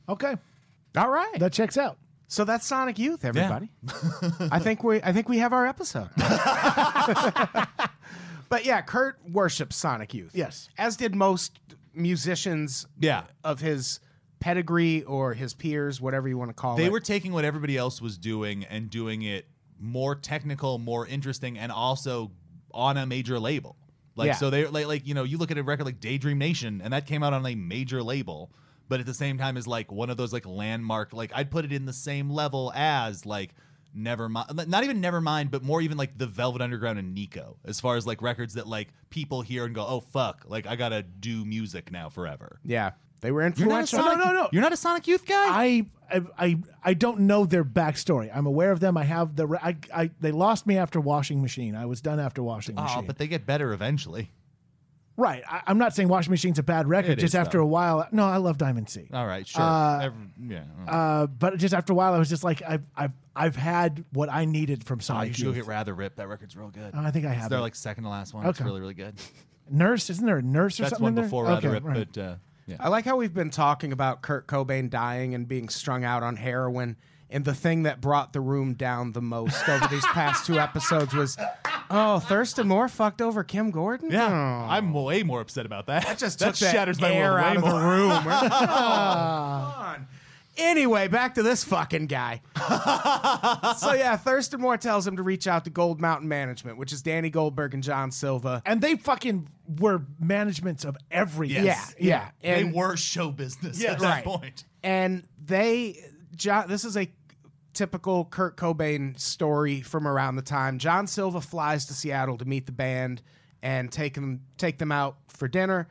Speaker 3: Okay,
Speaker 1: All right.
Speaker 3: that checks out.
Speaker 1: so that's Sonic Youth, everybody. I think we I think we have our episode. but yeah, Kurt worships Sonic Youth.
Speaker 3: Yes.
Speaker 1: As did most musicians
Speaker 4: Yeah.
Speaker 1: of his pedigree or his peers, whatever you want to call it.
Speaker 4: They were taking what everybody else was doing and doing it more technical, more interesting, and also on a major label. Like
Speaker 1: Yeah.
Speaker 4: so they like like you know, you look at a record like Daydream Nation and that came out on a major label, but at the same time is like one of those like landmark like I'd put it in the same level as like Nevermind, not even Nevermind, but more even like the Velvet Underground and Nico, as far as like records that like people hear and go, oh fuck, like I gotta do music now forever.
Speaker 1: Yeah. They were
Speaker 4: You're not a
Speaker 1: influential.
Speaker 4: Sonic,
Speaker 3: no, no.
Speaker 4: You're not a Sonic Youth guy.
Speaker 3: I I I, I don't know their backstory. I'm aware of them. I have the re- I, I they lost me after Washing Machine. I was done after Washing
Speaker 4: oh,
Speaker 3: Machine.
Speaker 4: but they get better eventually.
Speaker 3: right. I, I'm not saying Washing Machine's a bad record.
Speaker 4: It
Speaker 3: just
Speaker 4: is,
Speaker 3: after
Speaker 4: though.
Speaker 3: a while, no, I love Diamond C.
Speaker 4: All right, sure.
Speaker 3: Uh,
Speaker 4: Every- yeah.
Speaker 3: Uh, but just after a while, I was just like, I've I've I've had what I needed from
Speaker 4: I
Speaker 3: Sonic.
Speaker 4: usually go
Speaker 3: Youth.
Speaker 4: Oh, get rather ripped. That record's real good.
Speaker 3: Oh, uh, I think I
Speaker 4: It's
Speaker 3: have.
Speaker 4: their
Speaker 3: it.
Speaker 4: like second to last one. It's
Speaker 3: Okay.
Speaker 4: really really good.
Speaker 3: nurse, isn't there a nurse or
Speaker 4: That's
Speaker 3: something?
Speaker 4: one
Speaker 3: in there?
Speaker 4: before
Speaker 3: Okay,
Speaker 4: rather ripped,
Speaker 3: right.
Speaker 4: but uh, yeah.
Speaker 1: I like how we've been talking about Kurt Cobain dying and being strung out on heroin. And the thing that brought the room down the most over these past two episodes was, oh, Thurston Moore fucked over Kim Gordon.
Speaker 4: Yeah,
Speaker 1: Oh.
Speaker 4: I'm way more upset about that. That
Speaker 1: just
Speaker 4: that
Speaker 1: took that
Speaker 4: shatters my
Speaker 1: air
Speaker 4: world
Speaker 1: out
Speaker 4: way
Speaker 1: of the
Speaker 4: more.
Speaker 1: room. Oh, come on. Anyway, back to this fucking guy. so yeah, Thurston Moore tells him to reach out to Gold Mountain Management, which is Danny Goldberg and John Silva.
Speaker 3: and they fucking were managements of everything.
Speaker 4: Yes.
Speaker 1: Yeah, yeah.
Speaker 4: They
Speaker 1: And-
Speaker 4: were show business
Speaker 1: Yeah,
Speaker 4: at that
Speaker 1: right.
Speaker 4: point.
Speaker 1: and they John, this is a typical Kurt Cobain story from around the time. John Silva flies to Seattle to meet the band and take them take them out for dinner.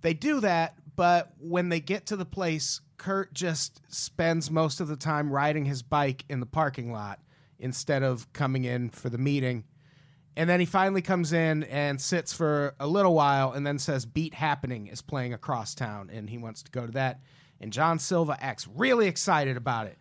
Speaker 1: They do that, but when they get to the place, Kurt just spends most of the time riding his bike in the parking lot instead of coming in for the meeting. And then he finally comes in and sits for a little while and then says Beat Happening is playing across town and he wants to go to that. And John Silva acts really excited about it.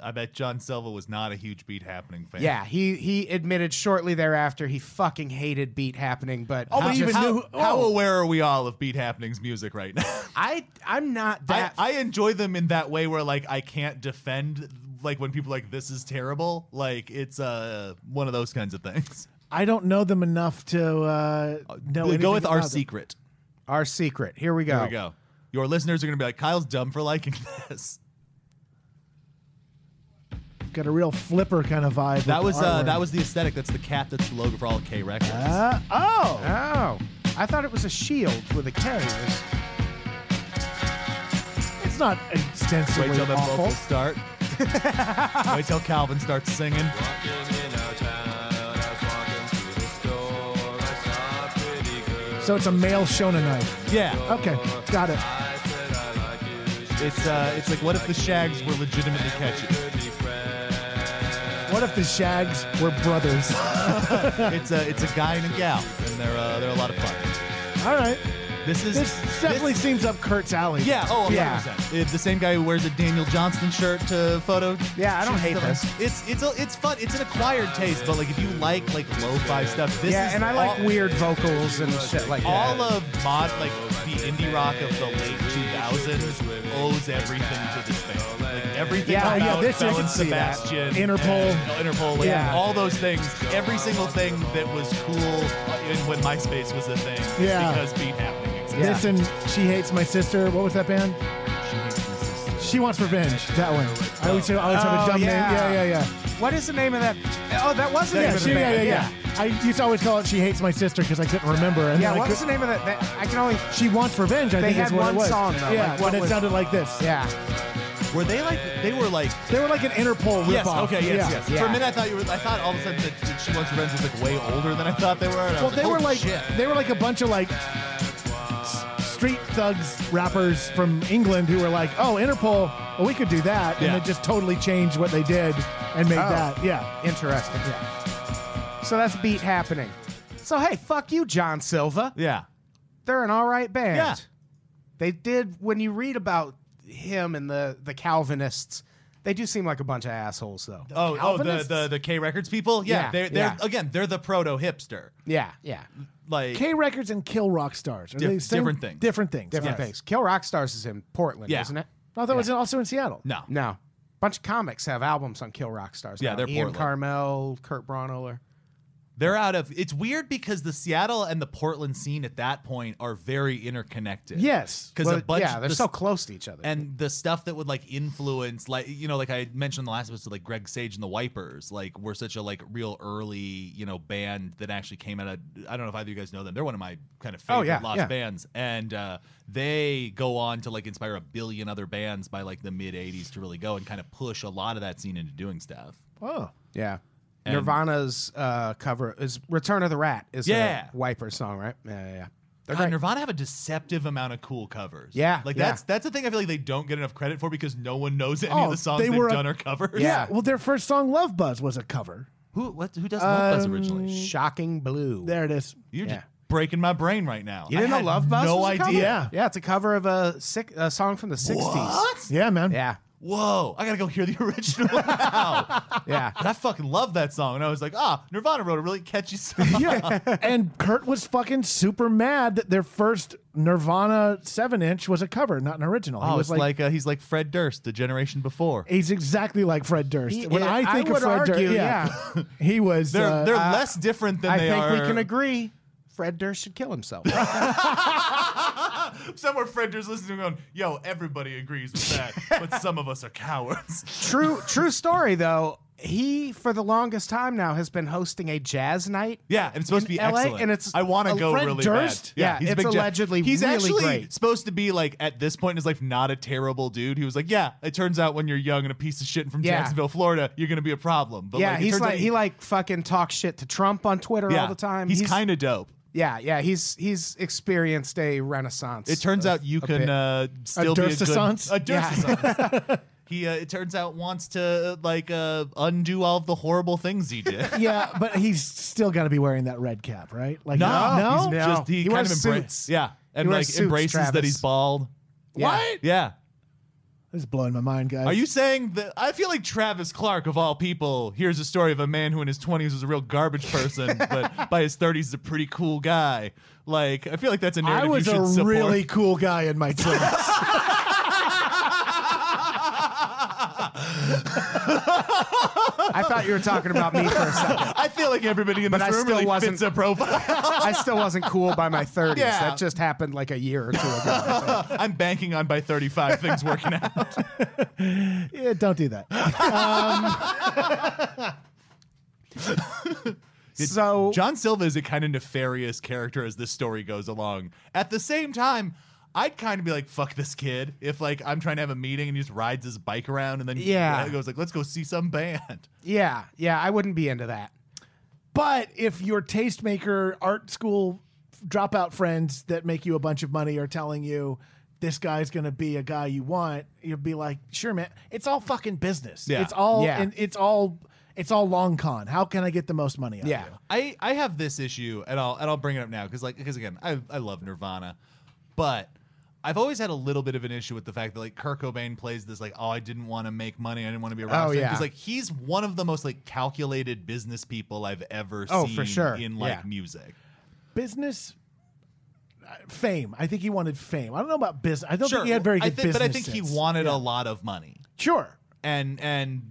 Speaker 4: I bet John Silva was not a huge beat happening fan.
Speaker 1: Yeah, he he admitted shortly thereafter he fucking hated beat happening, but
Speaker 4: Oh,
Speaker 1: how-
Speaker 4: but even
Speaker 1: how-
Speaker 4: how, how
Speaker 1: oh.
Speaker 4: aware are we all of Beat Happening's music right now?
Speaker 1: I I'm not
Speaker 4: I,
Speaker 1: that
Speaker 4: I enjoy them in that way where like I can't defend like when people are like this is terrible. Like it's uh one of those kinds of things.
Speaker 3: I don't know them enough to uh, know.
Speaker 4: But
Speaker 3: anything
Speaker 4: go with our
Speaker 3: about them.
Speaker 4: secret.
Speaker 1: our secret. Here we go.
Speaker 4: There we go. Your listeners are gonna be like Kyle's dumb for liking this.
Speaker 3: Got a real flipper kind of vibe.
Speaker 4: That
Speaker 3: with
Speaker 4: was
Speaker 3: the
Speaker 4: uh
Speaker 3: artwork.
Speaker 4: that was the aesthetic. That's the cat. That's the logo for all K records.
Speaker 3: Uh, oh,
Speaker 1: Oh. I thought it was a shield with a K. It was-
Speaker 3: it's not
Speaker 4: Wait
Speaker 3: extensively
Speaker 4: till the
Speaker 3: awful.
Speaker 4: vocals start. Wait till Calvin starts singing.
Speaker 3: So it's a male Shona knife.
Speaker 4: Yeah,
Speaker 3: Okay, got it.
Speaker 4: it's uh it's like what if the Shags were legitimately catchy?
Speaker 3: What if the Shags were brothers?
Speaker 4: It's a it's a guy and a gal, and they're uh, they're a lot of fun.
Speaker 3: All right,
Speaker 4: This is
Speaker 3: this definitely seems up Kurt's alley.
Speaker 4: Yeah, oh, 100%.
Speaker 1: Yeah.
Speaker 4: Uh, The same guy who wears a Daniel Johnston shirt to photo.
Speaker 1: Yeah, I don't
Speaker 4: shoots
Speaker 1: hate
Speaker 4: stuff.
Speaker 1: this.
Speaker 4: It's it's a, it's fun. It's an acquired taste, but like if you like like lo-fi stuff, this
Speaker 1: yeah,
Speaker 4: is
Speaker 1: and I like
Speaker 4: all,
Speaker 1: weird vocals and shit like that.
Speaker 4: all of mod like the indie rock of the late 2000s owes everything to this band. Like everything
Speaker 1: Yeah, oh,
Speaker 4: about
Speaker 1: yeah,
Speaker 3: this I
Speaker 4: Bell
Speaker 3: can
Speaker 4: and
Speaker 3: see that.
Speaker 4: Sebastian,
Speaker 3: Interpol.
Speaker 4: and Interpol, like,
Speaker 1: Yeah.
Speaker 4: all those things. Every single thing that was cool in when MySpace was a thing, is
Speaker 3: Yeah.
Speaker 4: because Beat Happening existed.
Speaker 3: This and she hates my sister. What was that band? She wants revenge. That one. I always, I always have
Speaker 1: Oh,
Speaker 3: a dumb
Speaker 1: yeah.
Speaker 3: name. Yeah, yeah, yeah.
Speaker 1: What is the name of that? Oh, that was the name
Speaker 3: Yeah,
Speaker 1: of
Speaker 3: she,
Speaker 1: the
Speaker 3: yeah, yeah,
Speaker 1: band.
Speaker 3: yeah. I used to always call it "She Hates My Sister" because I couldn't remember. And
Speaker 1: Yeah,
Speaker 3: then I
Speaker 1: what
Speaker 3: could-
Speaker 1: was the name of that? that I can only.
Speaker 3: She wants revenge. I
Speaker 1: They
Speaker 3: think
Speaker 1: had
Speaker 3: is what
Speaker 1: one
Speaker 3: it was.
Speaker 1: song, though,
Speaker 3: Yeah,
Speaker 1: like, what
Speaker 3: but it
Speaker 1: was-
Speaker 3: sounded like this.
Speaker 1: Yeah.
Speaker 4: Were they like they were like
Speaker 3: They were like an Interpol ripoff.
Speaker 4: Yes. Okay. Yes.
Speaker 3: yeah.
Speaker 4: Yes.
Speaker 1: Yeah.
Speaker 4: For a minute, I thought you were. I thought all of a sudden that, that she wants revenge was like way older than I thought they were. And I
Speaker 3: Well,
Speaker 4: was
Speaker 3: they were
Speaker 4: "Oh,
Speaker 3: like
Speaker 4: shit."
Speaker 3: they were like a bunch of like s- street thugs rappers from England who were like, "Oh, Interpol, well, we could do that," and
Speaker 4: Yeah.
Speaker 3: then just totally changed what they did and made
Speaker 1: Oh.
Speaker 3: that. Yeah.
Speaker 1: Interesting. Yeah. So that's beat happening. So hey, fuck you, John Silva.
Speaker 4: Yeah.
Speaker 1: They're an all right band.
Speaker 4: Yeah.
Speaker 1: They did when you read about him and the the Calvinists, they do seem like a bunch of assholes though.
Speaker 4: Oh, oh, the,
Speaker 3: Calvinists?
Speaker 4: the the K Records people. Yeah.
Speaker 1: Yeah,
Speaker 4: they're they're
Speaker 1: yeah.
Speaker 4: again. They're the proto hipster.
Speaker 1: Yeah, yeah.
Speaker 4: Like.
Speaker 3: K Records and Kill Rock Stars are
Speaker 4: Dif-
Speaker 3: they the same?
Speaker 4: different things.
Speaker 3: Different things.
Speaker 1: Different
Speaker 3: Yes.
Speaker 1: things. Kill Rock Stars is in Portland,
Speaker 4: Yeah.
Speaker 1: isn't it?
Speaker 3: I thought it was also in Seattle.
Speaker 4: no.
Speaker 1: No. Bunch of comics have albums on Kill Rock Stars.
Speaker 4: Yeah,
Speaker 1: now.
Speaker 4: they're
Speaker 1: Ian
Speaker 4: Portland.
Speaker 1: Carmel, Kurt Braunohler.
Speaker 4: They're out of. It's weird because the Seattle and the Portland scene at that point are very interconnected.
Speaker 3: Yes.
Speaker 4: Because
Speaker 1: Well,
Speaker 4: a bunch.
Speaker 1: yeah, they're
Speaker 4: the
Speaker 1: so close to each other.
Speaker 4: and the stuff that would like influence like you know like i mentioned in the last episode like greg sage and the wipers like were such a like real early you know band that actually came out of i don't know if either of you guys know them they're one of my kind of favorite
Speaker 1: Oh, yeah,
Speaker 4: lost
Speaker 1: yeah.
Speaker 4: bands and uh, they go on to like inspire a billion other bands by like the mid 80s to really go and kind of push a lot of that scene into doing stuff
Speaker 3: Oh.
Speaker 1: yeah. Nirvana's uh, cover is Return of the Rat is
Speaker 4: Yeah.
Speaker 1: a wiper song, right? Yeah, yeah, yeah. They're
Speaker 4: God,
Speaker 1: great.
Speaker 4: Nirvana have a deceptive amount of cool covers.
Speaker 1: Yeah,
Speaker 4: like
Speaker 1: yeah.
Speaker 4: that's that's the thing I feel like they don't get enough credit for because no one knows any
Speaker 3: Oh,
Speaker 4: of the songs
Speaker 3: they
Speaker 4: they
Speaker 3: were
Speaker 4: have
Speaker 3: a-
Speaker 4: done are covers.
Speaker 1: Yeah.
Speaker 3: Well, their first song, Love Buzz, was a cover.
Speaker 4: who what who does Love
Speaker 1: Um,
Speaker 4: Buzz originally?
Speaker 1: Shocking Blue.
Speaker 3: There it is.
Speaker 4: You're
Speaker 1: Yeah.
Speaker 4: just breaking my brain right now.
Speaker 1: You didn't
Speaker 4: I
Speaker 1: know
Speaker 4: had
Speaker 1: Love Buzz?
Speaker 4: No
Speaker 1: was a
Speaker 4: idea.
Speaker 1: cover?
Speaker 3: Yeah.
Speaker 1: Yeah, it's a cover of a, sick, a song from the 60s.
Speaker 4: What?
Speaker 3: Yeah, man.
Speaker 1: Yeah,
Speaker 4: Whoa! I gotta go hear the original now.
Speaker 1: yeah.
Speaker 4: I fucking love that song, and I was like, ah, Nirvana wrote a really catchy song.
Speaker 3: Yeah. and Kurt was fucking super mad that their first Nirvana 7 inch was a cover, not an original. he
Speaker 4: Oh,
Speaker 3: was
Speaker 4: it's like, uh, he's like Fred Durst, the generation before.
Speaker 3: He's exactly like Fred Durst.
Speaker 1: He
Speaker 3: when
Speaker 1: is-
Speaker 3: I
Speaker 1: I
Speaker 3: think
Speaker 1: would
Speaker 3: of Fred
Speaker 1: argue,
Speaker 3: Durst, he was.
Speaker 4: They're
Speaker 3: uh,
Speaker 4: they're less different than
Speaker 1: I
Speaker 4: they
Speaker 1: think
Speaker 4: are.
Speaker 1: we can agree. Fred Durst should kill himself.
Speaker 4: Somewhere Fred Durst listening going, yo, everybody agrees with that, but some of us are cowards.
Speaker 1: true, true story though. He for the longest time now has been hosting a jazz night.
Speaker 4: Yeah, and it's supposed to be
Speaker 1: In LA,
Speaker 4: excellent.
Speaker 1: and it's-
Speaker 4: I want to
Speaker 1: uh,
Speaker 4: go
Speaker 1: Fred
Speaker 4: really
Speaker 1: Durst?
Speaker 4: bad. Yeah,
Speaker 1: Yeah,
Speaker 4: he's a
Speaker 1: it's
Speaker 4: big Jeff.
Speaker 1: allegedly
Speaker 4: he's
Speaker 1: really
Speaker 4: actually
Speaker 1: great.
Speaker 4: supposed to be like at this point in his life not a terrible dude. He was like, yeah, it turns out when you're young and a piece of shit and from
Speaker 1: Yeah.
Speaker 4: Jacksonville, Florida, you're gonna be a problem. But
Speaker 1: yeah,
Speaker 4: like, it
Speaker 1: he's
Speaker 4: turns
Speaker 1: like
Speaker 4: out
Speaker 1: he like fucking talks shit to Trump on Twitter
Speaker 4: yeah,
Speaker 1: all the time.
Speaker 4: He's, kind of dope.
Speaker 1: yeah, yeah. He's he's experienced a renaissance.
Speaker 4: It turns out you
Speaker 1: bit.
Speaker 4: can uh, still be a good
Speaker 3: Durstessence?
Speaker 4: a Durstessence. he uh, it turns out wants to like uh, undo all of the horrible things he did.
Speaker 3: yeah, but he's still got to be wearing that red cap, right? Like
Speaker 4: No,
Speaker 3: no,
Speaker 4: he's
Speaker 1: No.
Speaker 4: just he,
Speaker 1: He
Speaker 4: kind
Speaker 1: wears
Speaker 4: of embraces.
Speaker 1: suits.
Speaker 4: Yeah, and
Speaker 1: He
Speaker 4: like
Speaker 1: wears suits,
Speaker 4: embraces that
Speaker 1: Travis.
Speaker 4: he's bald.
Speaker 1: Yeah. What?
Speaker 4: Yeah,
Speaker 3: This is blowing my mind, guys.
Speaker 4: Are you saying that? I feel like Travis Clark, of all people, here's a story of a man who in his 20s was a real garbage person, but by his 30s is a pretty cool guy. Like, I feel like that's a
Speaker 3: I
Speaker 4: narrative
Speaker 3: was
Speaker 4: you should
Speaker 3: a
Speaker 4: support.
Speaker 3: really cool guy in my twenties.
Speaker 1: I thought you were talking about me for a second.
Speaker 4: I feel like everybody in
Speaker 1: But
Speaker 4: this
Speaker 1: I
Speaker 4: room
Speaker 1: still
Speaker 4: really
Speaker 1: wasn't-
Speaker 4: fits a profile.
Speaker 1: I still wasn't cool by my 30s.
Speaker 4: Yeah.
Speaker 1: That just happened like a year or two ago.
Speaker 4: I'm banking on by 35 things working out.
Speaker 3: yeah, don't do that.
Speaker 1: so
Speaker 4: John Silva is a kind of nefarious character as this story goes along. At the same time, I'd kind of be like, "Fuck this kid!" If like I'm trying to have a meeting and he just rides his bike around and then uh,
Speaker 1: Yeah.
Speaker 4: goes like, "Let's go see some band."
Speaker 1: yeah, yeah, I wouldn't be into that.
Speaker 3: But if your tastemaker art school dropout friends that make you a bunch of money are telling you this guy's going to be a guy you want, you'd be like, sure, man. It's all fucking business.
Speaker 4: Yeah.
Speaker 3: It's all
Speaker 1: Yeah.
Speaker 3: and it's all it's all long con. How can I get the most money out
Speaker 1: Yeah.
Speaker 3: of you?
Speaker 4: I I have this issue, and I'll and I'll bring it up now because like because again, I I love Nirvana, but I've always had a little bit of an issue with the fact that like Kurt Cobain plays this like, "Oh, I didn't want to make money. I didn't want to be a rock
Speaker 1: Oh,
Speaker 4: star."
Speaker 1: yeah.
Speaker 4: Because like he's one of the most like calculated business people I've ever
Speaker 1: Oh,
Speaker 4: seen
Speaker 1: for sure.
Speaker 4: in like
Speaker 1: Yeah.
Speaker 4: music.
Speaker 3: Business uh, fame. I think he wanted fame. I don't know about business. I don't think he had very
Speaker 4: I
Speaker 3: good
Speaker 4: think-
Speaker 3: business.
Speaker 4: But I think he
Speaker 3: sense.
Speaker 4: wanted a lot of money,
Speaker 3: Sure.
Speaker 4: and and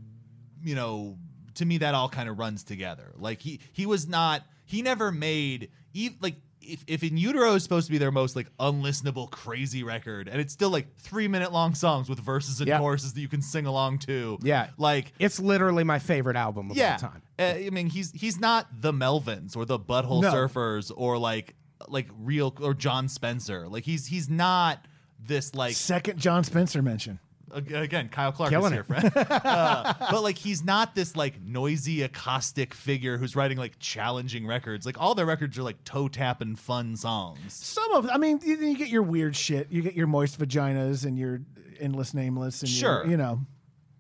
Speaker 4: you know, to me that all kind of runs together. Like he he was not he never made e- like. If, if in utero is supposed to be their most like unlistenable crazy record and it's still like three minute long songs with verses and
Speaker 1: Yeah.
Speaker 4: choruses that you can sing along to
Speaker 1: Yeah.
Speaker 4: like
Speaker 1: It's literally my favorite album of
Speaker 4: yeah.
Speaker 1: all time.
Speaker 4: Uh, I mean, he's he's not the Melvins or the Butthole
Speaker 3: No.
Speaker 4: Surfers or like like real or John Spencer. Like he's he's not this like
Speaker 3: Second John Spencer mention.
Speaker 4: ag- again Kyle Clark is
Speaker 1: Killing
Speaker 4: here,
Speaker 1: it.
Speaker 4: friend. Uh, but like he's not this like noisy acoustic figure who's writing like challenging records. Like all their records are like toe tapping fun songs.
Speaker 3: Some of, I mean, you, you get your weird shit. You get your moist vaginas and your endless nameless and your,
Speaker 4: Sure.
Speaker 3: you know,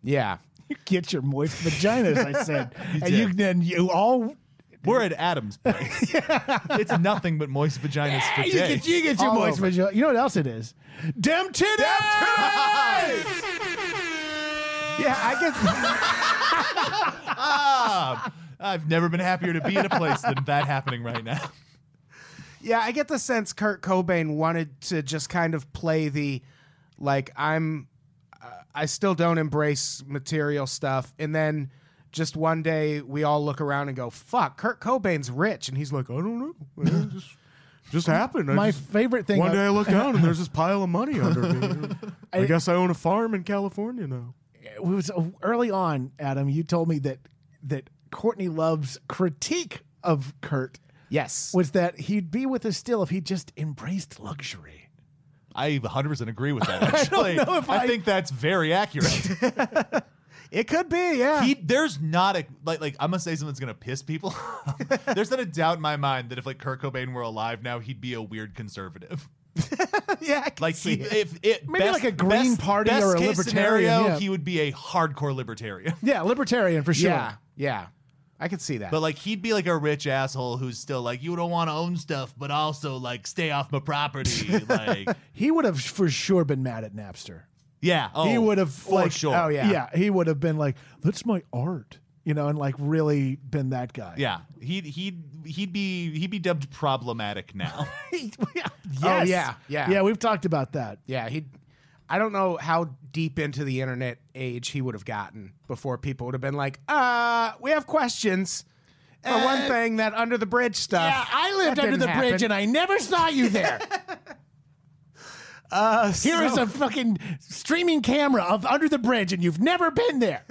Speaker 1: Yeah.
Speaker 3: you get your moist vaginas. I said, and
Speaker 4: did.
Speaker 3: you then you all
Speaker 4: We're at Adam's place. it's nothing but moist vaginas for days.
Speaker 3: get your moist vagina. You know what else it is? Dem titties.
Speaker 1: Yeah, I guess
Speaker 4: Ah, I've never been happier to be in a place than that happening right now.
Speaker 1: Yeah, I get the sense Kurt Cobain wanted to just kind of play the like I'm uh, I still don't embrace material stuff and then just one day we all look around and go, "Fuck, Kurt Cobain's rich." And he's like, "I don't know. It just, just happened." I
Speaker 3: My
Speaker 1: just-
Speaker 3: favorite thing.
Speaker 1: one
Speaker 3: of-
Speaker 1: day I look down and there's this pile of money under me. I guess I own a farm in California now.
Speaker 3: it was uh, early on, Adam. You told me that that Courtney Love's critique of Kurt
Speaker 1: Yes.
Speaker 3: was that he'd be with us still if he just embraced luxury.
Speaker 4: I 100% agree with that. Actually, I,
Speaker 3: know if I-
Speaker 4: think that's very accurate.
Speaker 1: It could be, yeah.
Speaker 4: he, there's not a like like I'm gonna say something that's gonna piss people. off. there's not a doubt in my mind that if like Kurt Cobain were alive now, he'd be a weird conservative.
Speaker 1: yeah, I can
Speaker 4: Like
Speaker 1: see
Speaker 4: he,
Speaker 1: it.
Speaker 4: if it
Speaker 3: Maybe like a Green
Speaker 4: best-
Speaker 3: Party
Speaker 4: best
Speaker 3: or a
Speaker 4: case
Speaker 3: libertarian,
Speaker 4: scenario,
Speaker 3: yeah.
Speaker 4: he would be a hardcore libertarian.
Speaker 3: Yeah, libertarian for sure.
Speaker 1: Yeah, yeah. I could see that.
Speaker 4: But like he'd be like a rich asshole who's still like, you don't want to own stuff, but also like stay off my property. like,
Speaker 3: He would have for sure been mad at Napster.
Speaker 4: yeah, oh,
Speaker 3: he would have
Speaker 4: for
Speaker 3: like,
Speaker 4: sure.
Speaker 1: oh,
Speaker 3: yeah.
Speaker 1: Yeah.
Speaker 3: he would have been like, "That's my art," you know, and like really been that guy.
Speaker 4: Yeah, he'd he'd he'd be he'd be dubbed problematic now.
Speaker 3: yes.
Speaker 1: Oh, yeah, yeah.
Speaker 3: yeah. We've talked about that.
Speaker 1: Yeah, he. I don't know how deep into the internet age he would have gotten before people would have been like, "Uh, we have questions." Eh. For one thing, that under the bridge stuff. that didn't happen.
Speaker 3: I never saw you there.
Speaker 1: uh,
Speaker 3: Here is
Speaker 1: so-
Speaker 3: a fucking streaming camera of under the bridge, and you've never been there.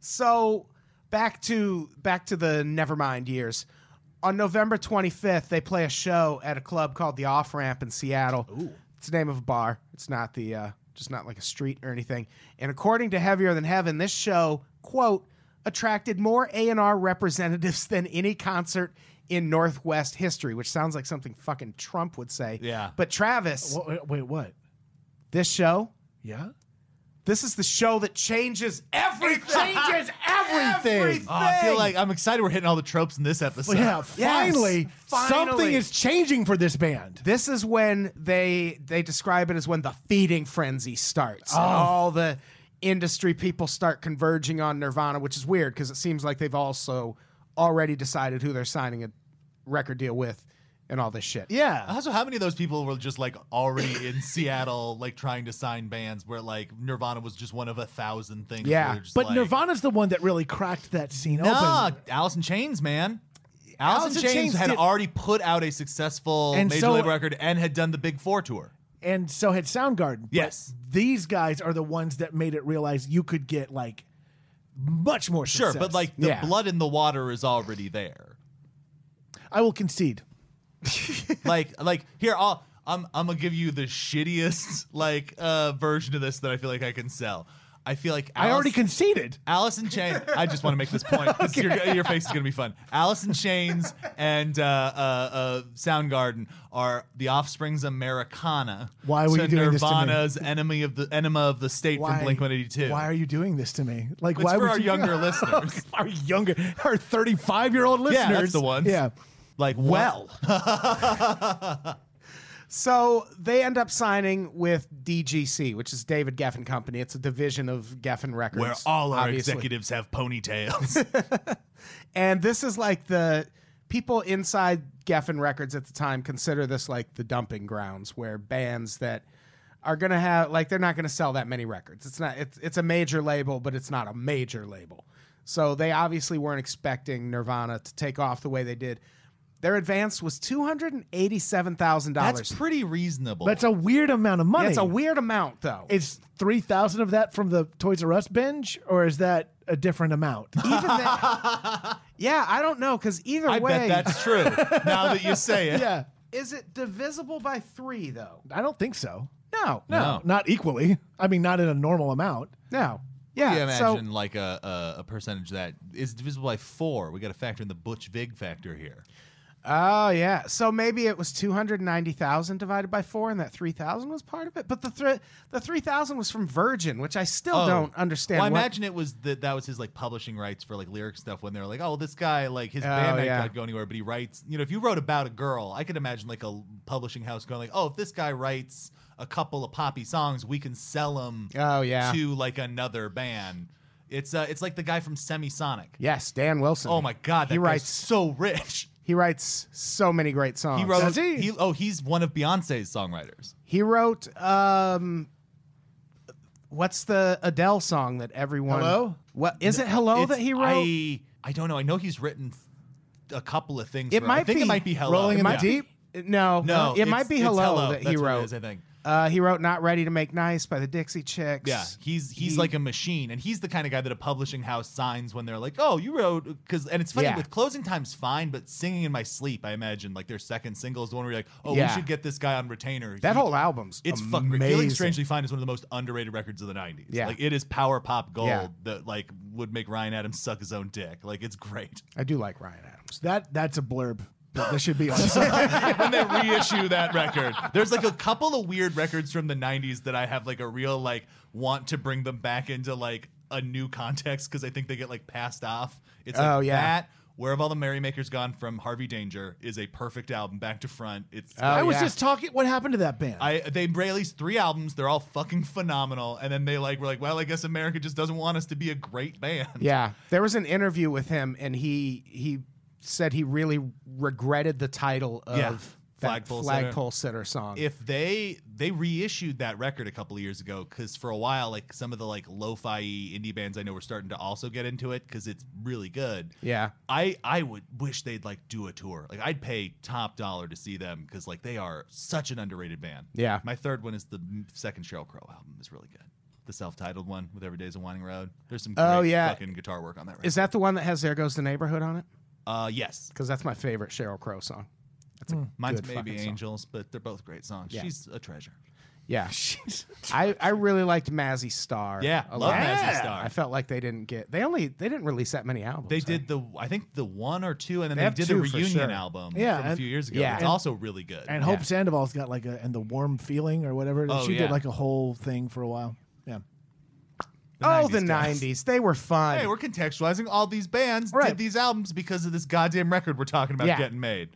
Speaker 1: So back to back to the Nevermind years. On November 25th, they play a show at a club called the Off Ramp in Seattle. It's the name of a bar. It's not the uh, just not like a street or anything. And according to Heavier Than Heaven, this show quote attracted more A and R representatives than any concert in Northwest history, which sounds like something fucking Trump would say.
Speaker 4: Yeah.
Speaker 1: But Travis,
Speaker 3: Wha- wait, what?
Speaker 1: this show
Speaker 3: Yeah.
Speaker 1: This is the show that changes everything.
Speaker 3: changes everything.
Speaker 1: Everything.
Speaker 4: Oh, I feel like I'm excited we're hitting all the tropes in this episode.
Speaker 3: But yeah, finally, something
Speaker 1: finally.
Speaker 3: is changing for this band.
Speaker 1: this is when they they describe it as when the feeding frenzy starts.
Speaker 4: Oh.
Speaker 1: And all the industry people start converging on Nirvana, which is weird because it seems like they've also already decided who they're signing a record deal with and all this shit.
Speaker 3: Yeah.
Speaker 4: Also, Uh, how many of those people were just like already in Seattle, like trying to sign bands where like Nirvana was just one of a thousand things?
Speaker 1: Yeah,
Speaker 4: where they're just
Speaker 3: But
Speaker 4: like,
Speaker 3: Nirvana's the one that really cracked that scene
Speaker 4: Nah,
Speaker 3: open.
Speaker 4: Alice in Chains, man. Alice,
Speaker 3: Alice in
Speaker 4: in Chains,
Speaker 3: Chains
Speaker 4: had
Speaker 3: did-
Speaker 4: already put out a successful
Speaker 3: And
Speaker 4: major
Speaker 3: so-
Speaker 4: label record and had done the Big Four tour.
Speaker 3: And so had Soundgarden. But
Speaker 4: Yes.
Speaker 3: these guys are the ones that made it realize you could get like much more
Speaker 4: Sure,
Speaker 3: success.
Speaker 4: but like the
Speaker 1: Yeah.
Speaker 4: blood in the water is already there.
Speaker 3: I will concede.
Speaker 4: like like here I'll I'm I'm gonna give you the shittiest like uh version of this that I feel like I can sell. I feel like
Speaker 3: I already
Speaker 4: Alice-
Speaker 3: conceded.
Speaker 4: Alice in Chains. I just want to make this point. 'cause your, your face is gonna be fun. Alice in Chains and uh, uh, uh, Soundgarden are the Offspring's Americana.
Speaker 3: Why were
Speaker 4: to
Speaker 3: you doing this to me?
Speaker 4: Nirvana's enemy of the enema of the state
Speaker 3: Why,
Speaker 4: from Blink One Eighty Two.
Speaker 3: why are you doing this to me? Like,
Speaker 4: It's
Speaker 3: why
Speaker 4: for
Speaker 3: would
Speaker 4: our
Speaker 3: you-
Speaker 4: younger listeners.
Speaker 3: our younger, our thirty-five-year-old listeners.
Speaker 4: that's the ones.
Speaker 3: Yeah.
Speaker 4: like well?
Speaker 1: So they end up signing with DGC, which is David Geffen Company. It's a division of Geffen Records.
Speaker 4: Where all our
Speaker 1: obviously.
Speaker 4: executives have ponytails.
Speaker 1: And this is like the people inside Geffen Records at the time consider this like the dumping grounds where bands that are going to have like they're not going to sell that many records. It's not it's it's a major label, but it's not a major label. So they obviously weren't expecting Nirvana to take off the way they did. Their advance was $287,000.
Speaker 4: That's pretty reasonable.
Speaker 3: That's a weird amount of money.
Speaker 1: That's a weird amount though.
Speaker 3: Is three thousand of that from the Toys R Us binge, or is that a different amount?
Speaker 1: Even that- yeah, I don't know because either
Speaker 4: I
Speaker 1: way,
Speaker 4: bet that's true. now that you say it.
Speaker 3: yeah,
Speaker 1: is it divisible by three though?
Speaker 3: I don't think so.
Speaker 1: No,
Speaker 4: No.
Speaker 3: Not equally. I mean, not in a normal amount.
Speaker 1: no. Yeah,
Speaker 4: You
Speaker 1: so
Speaker 4: imagine like a, a, a percentage that is divisible by four. We got to factor in the Butch Vig factor here.
Speaker 1: oh yeah, so maybe it was two hundred ninety thousand divided by four, and that three thousand was part of it. But the thr the three thousand was from Virgin, which I still
Speaker 4: Oh.
Speaker 1: don't understand.
Speaker 4: Well, I
Speaker 1: what-
Speaker 4: imagine it was that that was his like publishing rights for like lyric stuff when they were like, oh, this guy like his
Speaker 1: Oh,
Speaker 4: band
Speaker 1: yeah.
Speaker 4: can't go anywhere, but he writes. You know, if you wrote about a girl, I could imagine like a publishing house going like, oh, if this guy writes a couple of poppy songs, we can sell them
Speaker 1: Oh yeah,
Speaker 4: to like another band. It's uh, it's like the guy from Semisonic.
Speaker 1: yes, Dan Wilson.
Speaker 4: Oh my god, that
Speaker 1: he
Speaker 4: guy's
Speaker 1: writes
Speaker 4: so rich.
Speaker 1: he writes so many great songs.
Speaker 4: He wrote.
Speaker 3: Does he?
Speaker 4: he oh, he's one of Beyonce's songwriters.
Speaker 1: He wrote um what's the Adele song that everyone
Speaker 3: Hello?
Speaker 1: What is it Hello
Speaker 4: It's-
Speaker 1: Oh, that he wrote?
Speaker 4: I, I don't know. I know he's written a couple of things.
Speaker 1: It
Speaker 4: for- I
Speaker 1: might
Speaker 4: think it
Speaker 1: be
Speaker 4: might be Hello.
Speaker 3: Rolling
Speaker 4: It
Speaker 3: in the
Speaker 4: might-
Speaker 3: Deep.
Speaker 1: no,
Speaker 4: No,
Speaker 1: it
Speaker 4: it's-
Speaker 1: might be
Speaker 4: it's
Speaker 1: hello,
Speaker 4: Hello.
Speaker 1: that he
Speaker 4: That's what it
Speaker 1: wrote.
Speaker 4: is, I think.
Speaker 1: Uh, he wrote "Not Ready to Make Nice" by the Dixie Chicks.
Speaker 4: Yeah, he's he's
Speaker 1: He-
Speaker 4: like a machine, and he's the kind of guy that a publishing house signs when they're like, "Oh, you wrote," because and it's funny
Speaker 1: Yeah.
Speaker 4: with closing time's fine, but singing in my sleep, I imagine like their second single is the one where you're like, "Oh,
Speaker 1: Yeah.
Speaker 4: we should get this guy on retainer."
Speaker 1: that
Speaker 4: He-
Speaker 1: whole album's
Speaker 4: It's fucking
Speaker 1: amazing.
Speaker 4: great. Feeling Strangely Fine is one of the most underrated records of the 90s.
Speaker 1: Yeah.
Speaker 4: Like it is power pop gold
Speaker 1: Yeah.
Speaker 4: that like would make Ryan Adams suck his own dick. Like it's great.
Speaker 1: I do like Ryan Adams.
Speaker 3: That that's a blurb. That this should be on.
Speaker 4: when they reissue that record. There's like a couple of weird records from the 90s that I have like a real like want to bring them back into like a new context because I think they get like passed off. It's like
Speaker 1: Oh, yeah.
Speaker 4: that. Where have all the merrymakers gone from Harvey Danger is a perfect album back to front. It's
Speaker 1: Oh,
Speaker 3: I was
Speaker 1: yeah.
Speaker 3: just talking. What happened to that band?
Speaker 4: I they released three albums, they're all fucking phenomenal, and then they like were like, well, I guess America just doesn't want us to be a great band.
Speaker 1: Yeah, there was an interview with him, and he he said he really regretted the title of
Speaker 4: Yeah.
Speaker 1: that
Speaker 4: Flagpole Sitter.
Speaker 1: flagpole sitter. song.
Speaker 4: if they they reissued that record a couple of years ago because for a while like some of the like lo-fi indie bands i know were starting to also get into it because it's really good
Speaker 1: yeah,
Speaker 4: i i would wish they'd like do a tour like i'd pay top dollar to see them because like they are such an underrated band
Speaker 1: Yeah.
Speaker 4: my third one is the m- second cheryl crow album is really good the self-titled one with every day's a winding road there's some great
Speaker 1: Oh, yeah.
Speaker 4: fucking guitar work on that record.
Speaker 1: is that the one that has "There Goes the Neighborhood" on it?
Speaker 4: uh yes
Speaker 1: Because that's my favorite Cheryl Crow song.
Speaker 4: mine's
Speaker 1: Good
Speaker 4: maybe
Speaker 1: fucking song.
Speaker 4: angels but they're both great songs
Speaker 1: Yeah.
Speaker 4: she's a treasure
Speaker 1: Yeah. I, I really liked Mazzy Star.
Speaker 4: Yeah,
Speaker 1: a
Speaker 4: love
Speaker 1: lot.
Speaker 4: Mazzy Yeah. Star.
Speaker 1: I felt like they didn't get they only they didn't release that many albums.
Speaker 4: They
Speaker 1: right?
Speaker 4: did the I think the one or two, and then
Speaker 1: They
Speaker 4: they,
Speaker 1: have
Speaker 4: did the
Speaker 1: two for
Speaker 4: reunion
Speaker 1: sure.
Speaker 4: album
Speaker 3: Yeah,
Speaker 4: from a
Speaker 3: and-
Speaker 4: few years ago.
Speaker 1: yeah.
Speaker 4: it's
Speaker 1: And-
Speaker 4: also really good.
Speaker 3: and Hope Sandoval's got like a and the warm feeling or whatever.
Speaker 4: Oh,
Speaker 3: she
Speaker 4: yeah.
Speaker 3: did like a whole thing for a while. Yeah.
Speaker 1: oh, the
Speaker 4: guys.
Speaker 1: 90s. They were fun.
Speaker 4: Hey, we're contextualizing all these bands
Speaker 1: Right.
Speaker 4: did these albums because of this goddamn record we're talking about
Speaker 1: Yeah.
Speaker 4: getting made.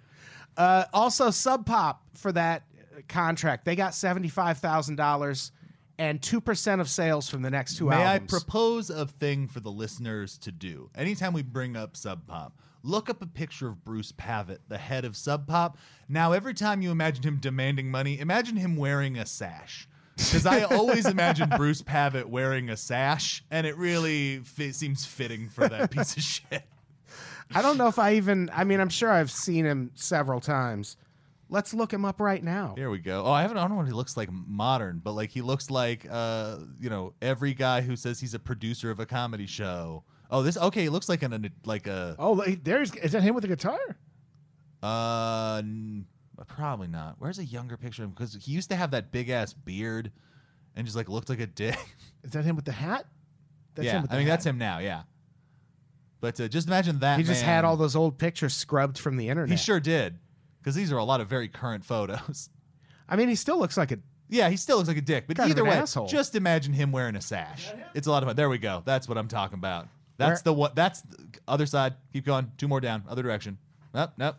Speaker 1: Uh, also, Sub Pop for that uh, contract, they got seventy-five thousand dollars and two percent of sales from the next two
Speaker 4: May
Speaker 1: albums.
Speaker 4: I propose a thing for the listeners to do? Anytime we bring up Sub Pop, look up a picture of Bruce Pavitt, the head of Sub Pop. Now, every time you imagine him demanding money, imagine him wearing a sash. Because I always imagine Bruce Pavitt wearing a sash, and it really fi- seems fitting for that piece of shit.
Speaker 1: I don't know if I even. I mean, I'm sure I've seen him several times. Let's look him up right now.
Speaker 4: Here we go. Oh, I haven't. I don't know what he looks like modern, but like he looks like uh, you know, every guy who says he's a producer of a comedy show. Oh, this okay. He looks like an like a
Speaker 3: Oh, like, there's is that him with the guitar?
Speaker 4: Uh, n- probably not. Where's a younger picture of him? Because he used to have that big ass beard, and just like looked like a dick.
Speaker 3: Is that him with the hat? That's
Speaker 4: yeah, I mean
Speaker 3: hat.
Speaker 4: that's him now. Yeah, but uh, just imagine that.
Speaker 1: He just
Speaker 4: man-
Speaker 1: had all those old pictures scrubbed from the
Speaker 4: He
Speaker 1: internet.
Speaker 4: sure did, because these are a lot of very current photos.
Speaker 1: I mean, he still looks like a.
Speaker 4: yeah, he still looks like a dick. But
Speaker 1: Kind of
Speaker 4: either
Speaker 1: an
Speaker 4: way,
Speaker 1: asshole.
Speaker 4: just imagine him wearing a sash. It's a lot of fun. There we go. That's what I'm talking about.
Speaker 1: Where-
Speaker 4: That's the one. That's the other side. Keep going. Two more down. Other direction. Nope, nope.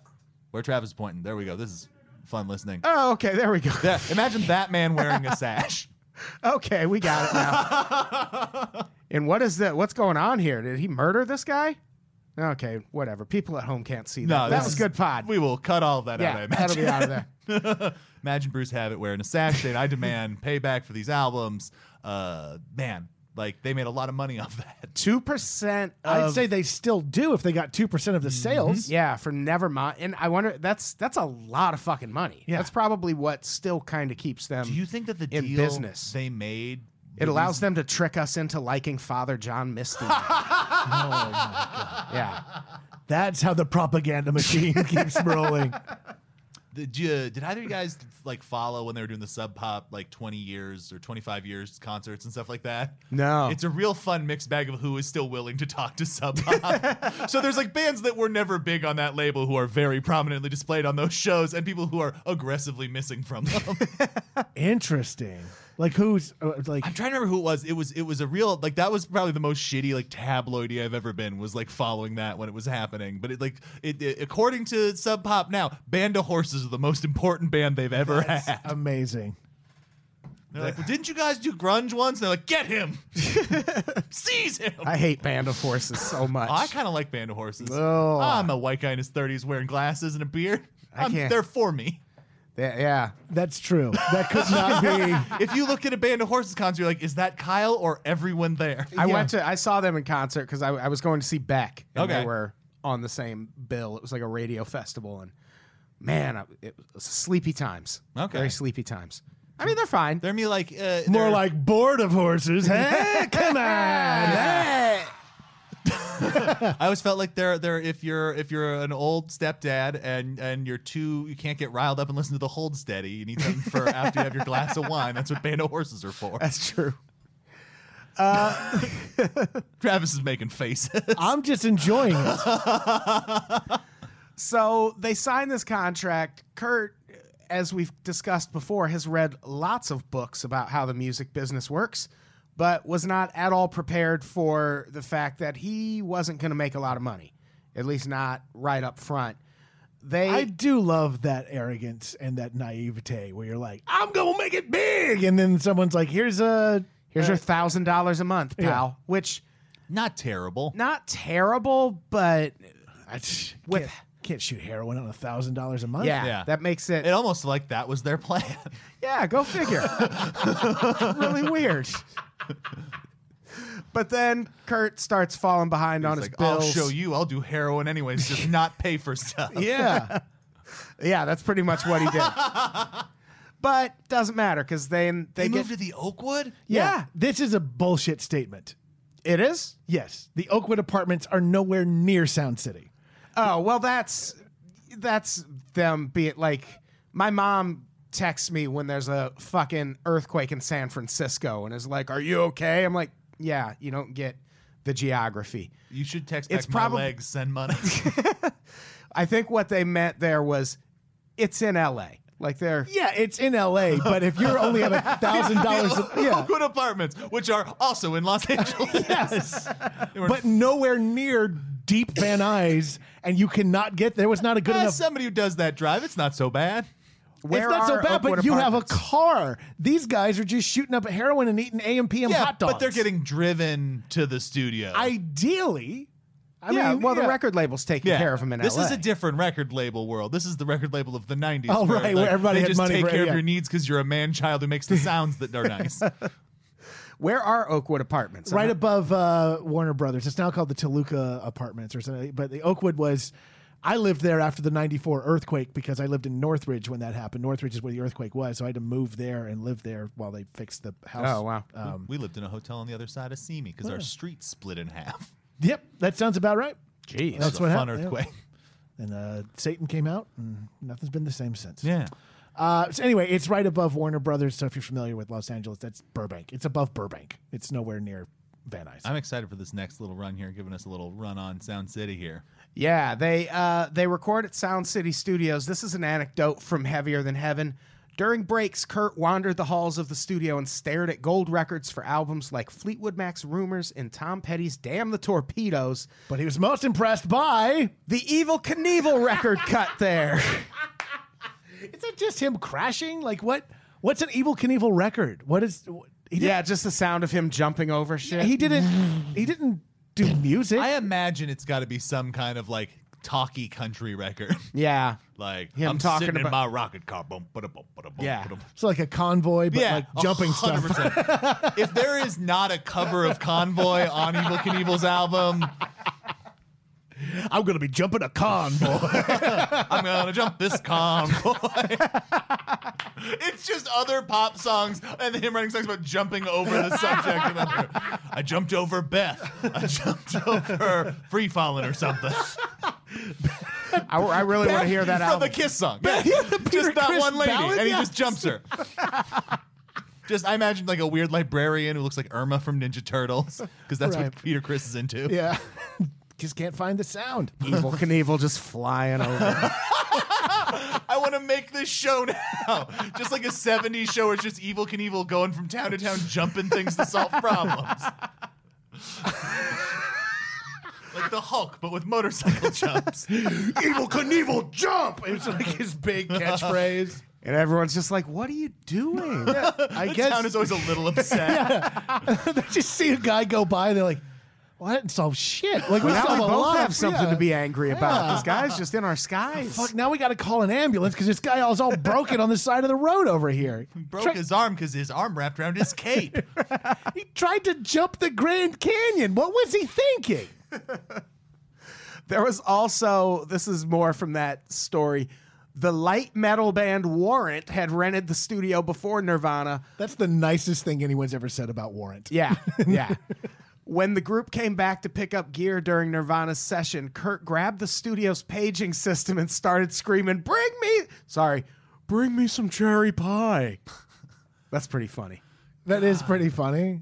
Speaker 4: Where Travis is pointing. There we go. This is fun listening.
Speaker 1: Oh, okay. There we go.
Speaker 4: Yeah, imagine that man wearing a sash.
Speaker 1: Okay, we got it now. and what is that? What's going on here? Did he murder this guy? Okay, whatever. People at home can't see that.
Speaker 4: No,
Speaker 1: that
Speaker 4: this
Speaker 1: was
Speaker 4: is-
Speaker 1: good pod.
Speaker 4: We will cut all of that out. I
Speaker 1: yeah, that'll
Speaker 4: imagine.
Speaker 1: be out of there.
Speaker 4: imagine Bruce Havitt wearing a sash saying, "I demand payback for these albums." Uh, man, like they made a lot of money off that.
Speaker 1: Two percent.
Speaker 3: I'd say they still do if they got two percent of the sales.
Speaker 1: Yeah, for Nevermind. And I wonder that's that's a lot of fucking money.
Speaker 3: Yeah.
Speaker 1: That's probably what still kind of keeps them.
Speaker 4: Do you think that the
Speaker 1: In
Speaker 4: deal
Speaker 1: business.
Speaker 4: they made
Speaker 1: it allows them to trick us into liking Father John Misty. yeah.
Speaker 3: That's how the propaganda machine keeps rolling.
Speaker 4: Did, you, did either of you guys like follow when they were doing the sub pop like 20 years or 25 years concerts and stuff like that?
Speaker 1: No.
Speaker 4: It's a real fun mixed bag of who is still willing to talk to sub pop. so there's like bands that were never big on that label who are very prominently displayed on those shows and people who are aggressively missing from them.
Speaker 3: Interesting. Like who's uh, like
Speaker 4: I'm trying to remember who it was. It was it was a real like that was probably the most shitty like tabloidy I've ever been was like following that when it was happening. But it like it, it- according to Sub Pop now, Band of Horses are the most important band they've ever had.
Speaker 3: amazing.
Speaker 4: They're like, well, didn't you guys do grunge once? And they're like, get him, seize him. I,
Speaker 1: I hate Band of Horses so much.
Speaker 4: kind of like Band of Horses.
Speaker 1: Ugh.
Speaker 4: I'm a white guy in his 30s wearing glasses and a beard.
Speaker 1: I
Speaker 4: I'm-
Speaker 1: can't-
Speaker 4: They're for me.
Speaker 1: yeah, yeah.
Speaker 3: That's true. That could not be.
Speaker 4: If you look at a Band of Horses concert, you're like, is that Kyle or everyone there?
Speaker 1: I
Speaker 3: Yeah.
Speaker 1: went to I saw them in concert because I, I was going to see Beck and they
Speaker 4: Okay.
Speaker 1: were on the same bill. It was like a radio festival and man, I- it was sleepy times.
Speaker 4: Okay.
Speaker 1: very sleepy times. I mean, they're fine.
Speaker 4: They're me like uh,
Speaker 3: More
Speaker 4: they're-
Speaker 3: like bored of horses. Hey, come on.
Speaker 4: I always felt like they're they're if you're if you're an old stepdad and and you're too you can't get riled up and listen to the hold steady. You need something for after you have your glass of wine. That's what band of horses are for.
Speaker 1: That's true.
Speaker 4: Travis is making faces.
Speaker 3: I'm just enjoying it.
Speaker 1: So they signed this contract. Kurt, as we've discussed before, has read lots of books about how the music business works, but was not at all prepared for the fact that he wasn't going to make a lot of money, at least not right up front. They
Speaker 3: I do love that arrogance and that naivete where you're like, I'm gonna make it big, and then someone's like, Here's a uh,
Speaker 1: here's your thousand dollars a month, pal, which
Speaker 4: Not terrible.
Speaker 1: not terrible, but
Speaker 3: I just
Speaker 1: With-
Speaker 3: can't, can't shoot heroin on a thousand dollars a month.
Speaker 1: yeah,
Speaker 4: Yeah.
Speaker 1: that makes
Speaker 4: It almost like that was their plan.
Speaker 1: Yeah, go figure. really weird. But then Kurt starts falling behind on
Speaker 4: It's
Speaker 1: his
Speaker 4: like, I'll
Speaker 1: bills.
Speaker 4: show you. I'll do heroin anyways. Just not pay for stuff.
Speaker 3: Yeah.
Speaker 1: Yeah, that's pretty much what he did. but doesn't matter because then they,
Speaker 4: They
Speaker 1: get
Speaker 4: moved to the Oakwood.
Speaker 1: yeah.
Speaker 3: This is a bullshit statement.
Speaker 1: It is.
Speaker 3: Yes. The Oakwood apartments are nowhere near Sound City.
Speaker 1: Oh well, that's that's them being like my mom texts me when there's a fucking earthquake in San Francisco and is like, "Are you okay?" I'm like, "Yeah, you don't get the geography."
Speaker 4: You should text back
Speaker 1: It's
Speaker 4: my
Speaker 1: probab-
Speaker 4: legs. Send money.
Speaker 1: I think what they meant there was it's in LA. Like they're
Speaker 3: Yeah, it's in L.A., but if you're only at a thousand dollars, yeah,
Speaker 4: Oakwood Apartments, which are also in Los Angeles.
Speaker 3: yes, but nowhere near deep Van Nuys, and you cannot get there. Was not a good
Speaker 4: As
Speaker 3: enough.
Speaker 4: somebody who does that drive, it's not so bad.
Speaker 1: where
Speaker 3: it's not so
Speaker 1: are
Speaker 3: bad, but
Speaker 1: Oakwood
Speaker 3: you have a
Speaker 1: apartments?
Speaker 3: car. These guys are just shooting up heroin and eating AMPM
Speaker 4: Yeah,
Speaker 3: hot dogs.
Speaker 4: but they're getting driven to the studio.
Speaker 3: ideally. I
Speaker 1: yeah,
Speaker 3: mean,
Speaker 1: well,
Speaker 3: yeah.
Speaker 1: the record label's taking
Speaker 4: Yeah.
Speaker 1: care of them in
Speaker 4: this
Speaker 1: LA.
Speaker 4: is a different record label world. This is the record label of the '90s.
Speaker 3: Oh,
Speaker 4: where,
Speaker 3: right,
Speaker 4: like,
Speaker 3: where everybody
Speaker 4: they
Speaker 3: had
Speaker 4: just
Speaker 3: money
Speaker 4: take
Speaker 3: for-
Speaker 4: care of
Speaker 3: yeah.
Speaker 4: your needs because you're a man child who makes the sounds that are nice.
Speaker 1: where are Oakwood Apartments? I'm
Speaker 3: right
Speaker 1: not-
Speaker 3: above uh, Warner Brothers. It's now called the Toluca Apartments or something. But the Oakwood was. I lived there after the '94 earthquake because I lived in Northridge when that happened. Northridge is where the earthquake was, so I had to move there and live there while they fixed the house.
Speaker 1: Oh, wow.
Speaker 3: Um, Oh.
Speaker 4: we lived in a hotel on the other side of Simi because our street split in half.
Speaker 3: yep, that sounds about right.
Speaker 1: Jeez.
Speaker 3: That's
Speaker 4: It was
Speaker 3: what
Speaker 4: a fun
Speaker 3: happened, yeah.
Speaker 4: earthquake.
Speaker 3: And uh, Satan came out, and nothing's been the same since.
Speaker 4: Yeah.
Speaker 3: Uh, so anyway, it's right above Warner Brothers. So if you're familiar with Los Angeles, that's Burbank. It's above Burbank. It's nowhere near Van Nuys.
Speaker 4: I'm excited for this next little run here, giving us a little run on Sound City here.
Speaker 1: Yeah, they uh, they record at Sound City Studios. This is an anecdote from Heavier Than Heaven. During breaks, Kurt wandered the halls of the studio and stared at gold records for albums like Fleetwood Mac's Rumors and Tom Petty's Damn the Torpedoes.
Speaker 3: but he was most impressed by.
Speaker 1: The Evil Knievel record cut there.
Speaker 3: Is it just him crashing? Like what? What's an Evil Knievel record? What is? He didn't,
Speaker 1: Yeah, just the sound of him jumping over shit.
Speaker 3: He didn't. He didn't do music.
Speaker 4: I imagine it's got to be some kind of like talky country record.
Speaker 1: yeah.
Speaker 4: like
Speaker 1: Him
Speaker 4: I'm
Speaker 1: talking
Speaker 4: sitting
Speaker 1: about-
Speaker 4: in my rocket car. Boom, ba-da-boom, ba-da-boom,
Speaker 1: Yeah.
Speaker 4: ba-da-boom.
Speaker 3: it's like a convoy, but
Speaker 4: Yeah,
Speaker 3: like jumping stuff.
Speaker 4: 100%. if there is not a cover of Convoy on Evil Knievel's album,
Speaker 3: I'm gonna be jumping a convoy.
Speaker 4: I'm gonna jump this convoy. it's just other pop songs and him writing songs about jumping over the subject. of another. I jumped over Beth. I jumped over Free Fallen or something.
Speaker 1: I, I really want to hear that
Speaker 4: From
Speaker 1: album.
Speaker 4: the Kiss song. Yeah. just that
Speaker 3: Chris
Speaker 4: one lady,
Speaker 3: ballad,
Speaker 4: and he
Speaker 3: yes.
Speaker 4: just jumps her. just I imagine like a weird librarian who looks like Irma from Ninja Turtles because that's
Speaker 3: Right.
Speaker 4: what Peter Chris is into.
Speaker 3: yeah, just can't find the sound.
Speaker 1: Evil Knievel just flying over.
Speaker 4: I want to make this show now. Just like a 70s show where it's just evil Knievel going from town to town jumping things to solve problems. like the Hulk, but with motorcycle jumps.
Speaker 3: Evil Knievel jump. It's like his big catchphrase.
Speaker 1: and everyone's just like, what are you doing?
Speaker 3: I
Speaker 4: The
Speaker 3: guess
Speaker 4: town is always a little upset.
Speaker 3: they just see a guy go by. They're like, "Well, I didn't solve shit." Like we
Speaker 1: now we
Speaker 3: solve a
Speaker 1: both
Speaker 3: lot.
Speaker 1: have something
Speaker 3: yeah.
Speaker 1: to be angry about. This guy's just in our skies.
Speaker 3: Fuck! Now we got to call an ambulance because this guy is all broken on the side of the road over here.
Speaker 4: Broke
Speaker 3: Tri-
Speaker 4: his arm because his arm wrapped around his cape.
Speaker 3: he tried to jump the Grand Canyon. What was he thinking?
Speaker 1: There was also, this is more from that story. The light metal band Warrant had rented the studio before Nirvana.
Speaker 3: That's the nicest thing anyone's ever said about Warrant.
Speaker 1: Yeah, yeah. when the group came back to pick up gear during Nirvana's session, Kurt grabbed the studio's paging system and started screaming, Bring me, sorry, bring me some cherry pie. That's pretty funny.
Speaker 3: That is pretty funny.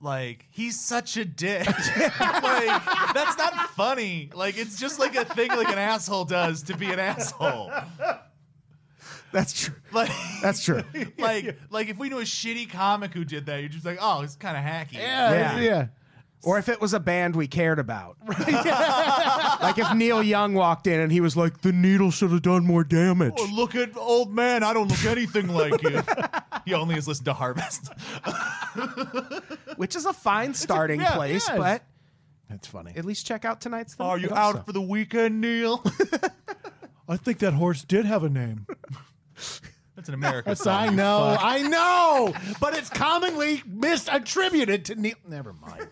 Speaker 4: like he's such a dick. like that's not funny. Like it's just like a thing like an asshole does to be an asshole.
Speaker 1: That's true.
Speaker 4: Like
Speaker 1: That's true.
Speaker 4: like like if we knew a shitty comic who did that, you're just like, oh, it's kind of hacky.
Speaker 1: Yeah.
Speaker 3: Yeah. yeah.
Speaker 1: Or if it was a band we cared about. like if Neil Young walked in and he was like, the needle should have done more damage.
Speaker 4: Oh, look at old man. I don't look anything like you. he only has listened to Harvest.
Speaker 1: Which is a fine starting
Speaker 4: yeah,
Speaker 1: place,
Speaker 3: yes.
Speaker 1: but
Speaker 3: That's funny.
Speaker 1: at least check out tonight's thing.
Speaker 4: Are you out for the weekend, Neil?
Speaker 3: I think that horse did have a name.
Speaker 4: That's an American
Speaker 3: Yes,
Speaker 4: song.
Speaker 3: I
Speaker 4: you
Speaker 3: know.
Speaker 4: fuck.
Speaker 3: I know. But it's commonly misattributed to Neil. Never mind.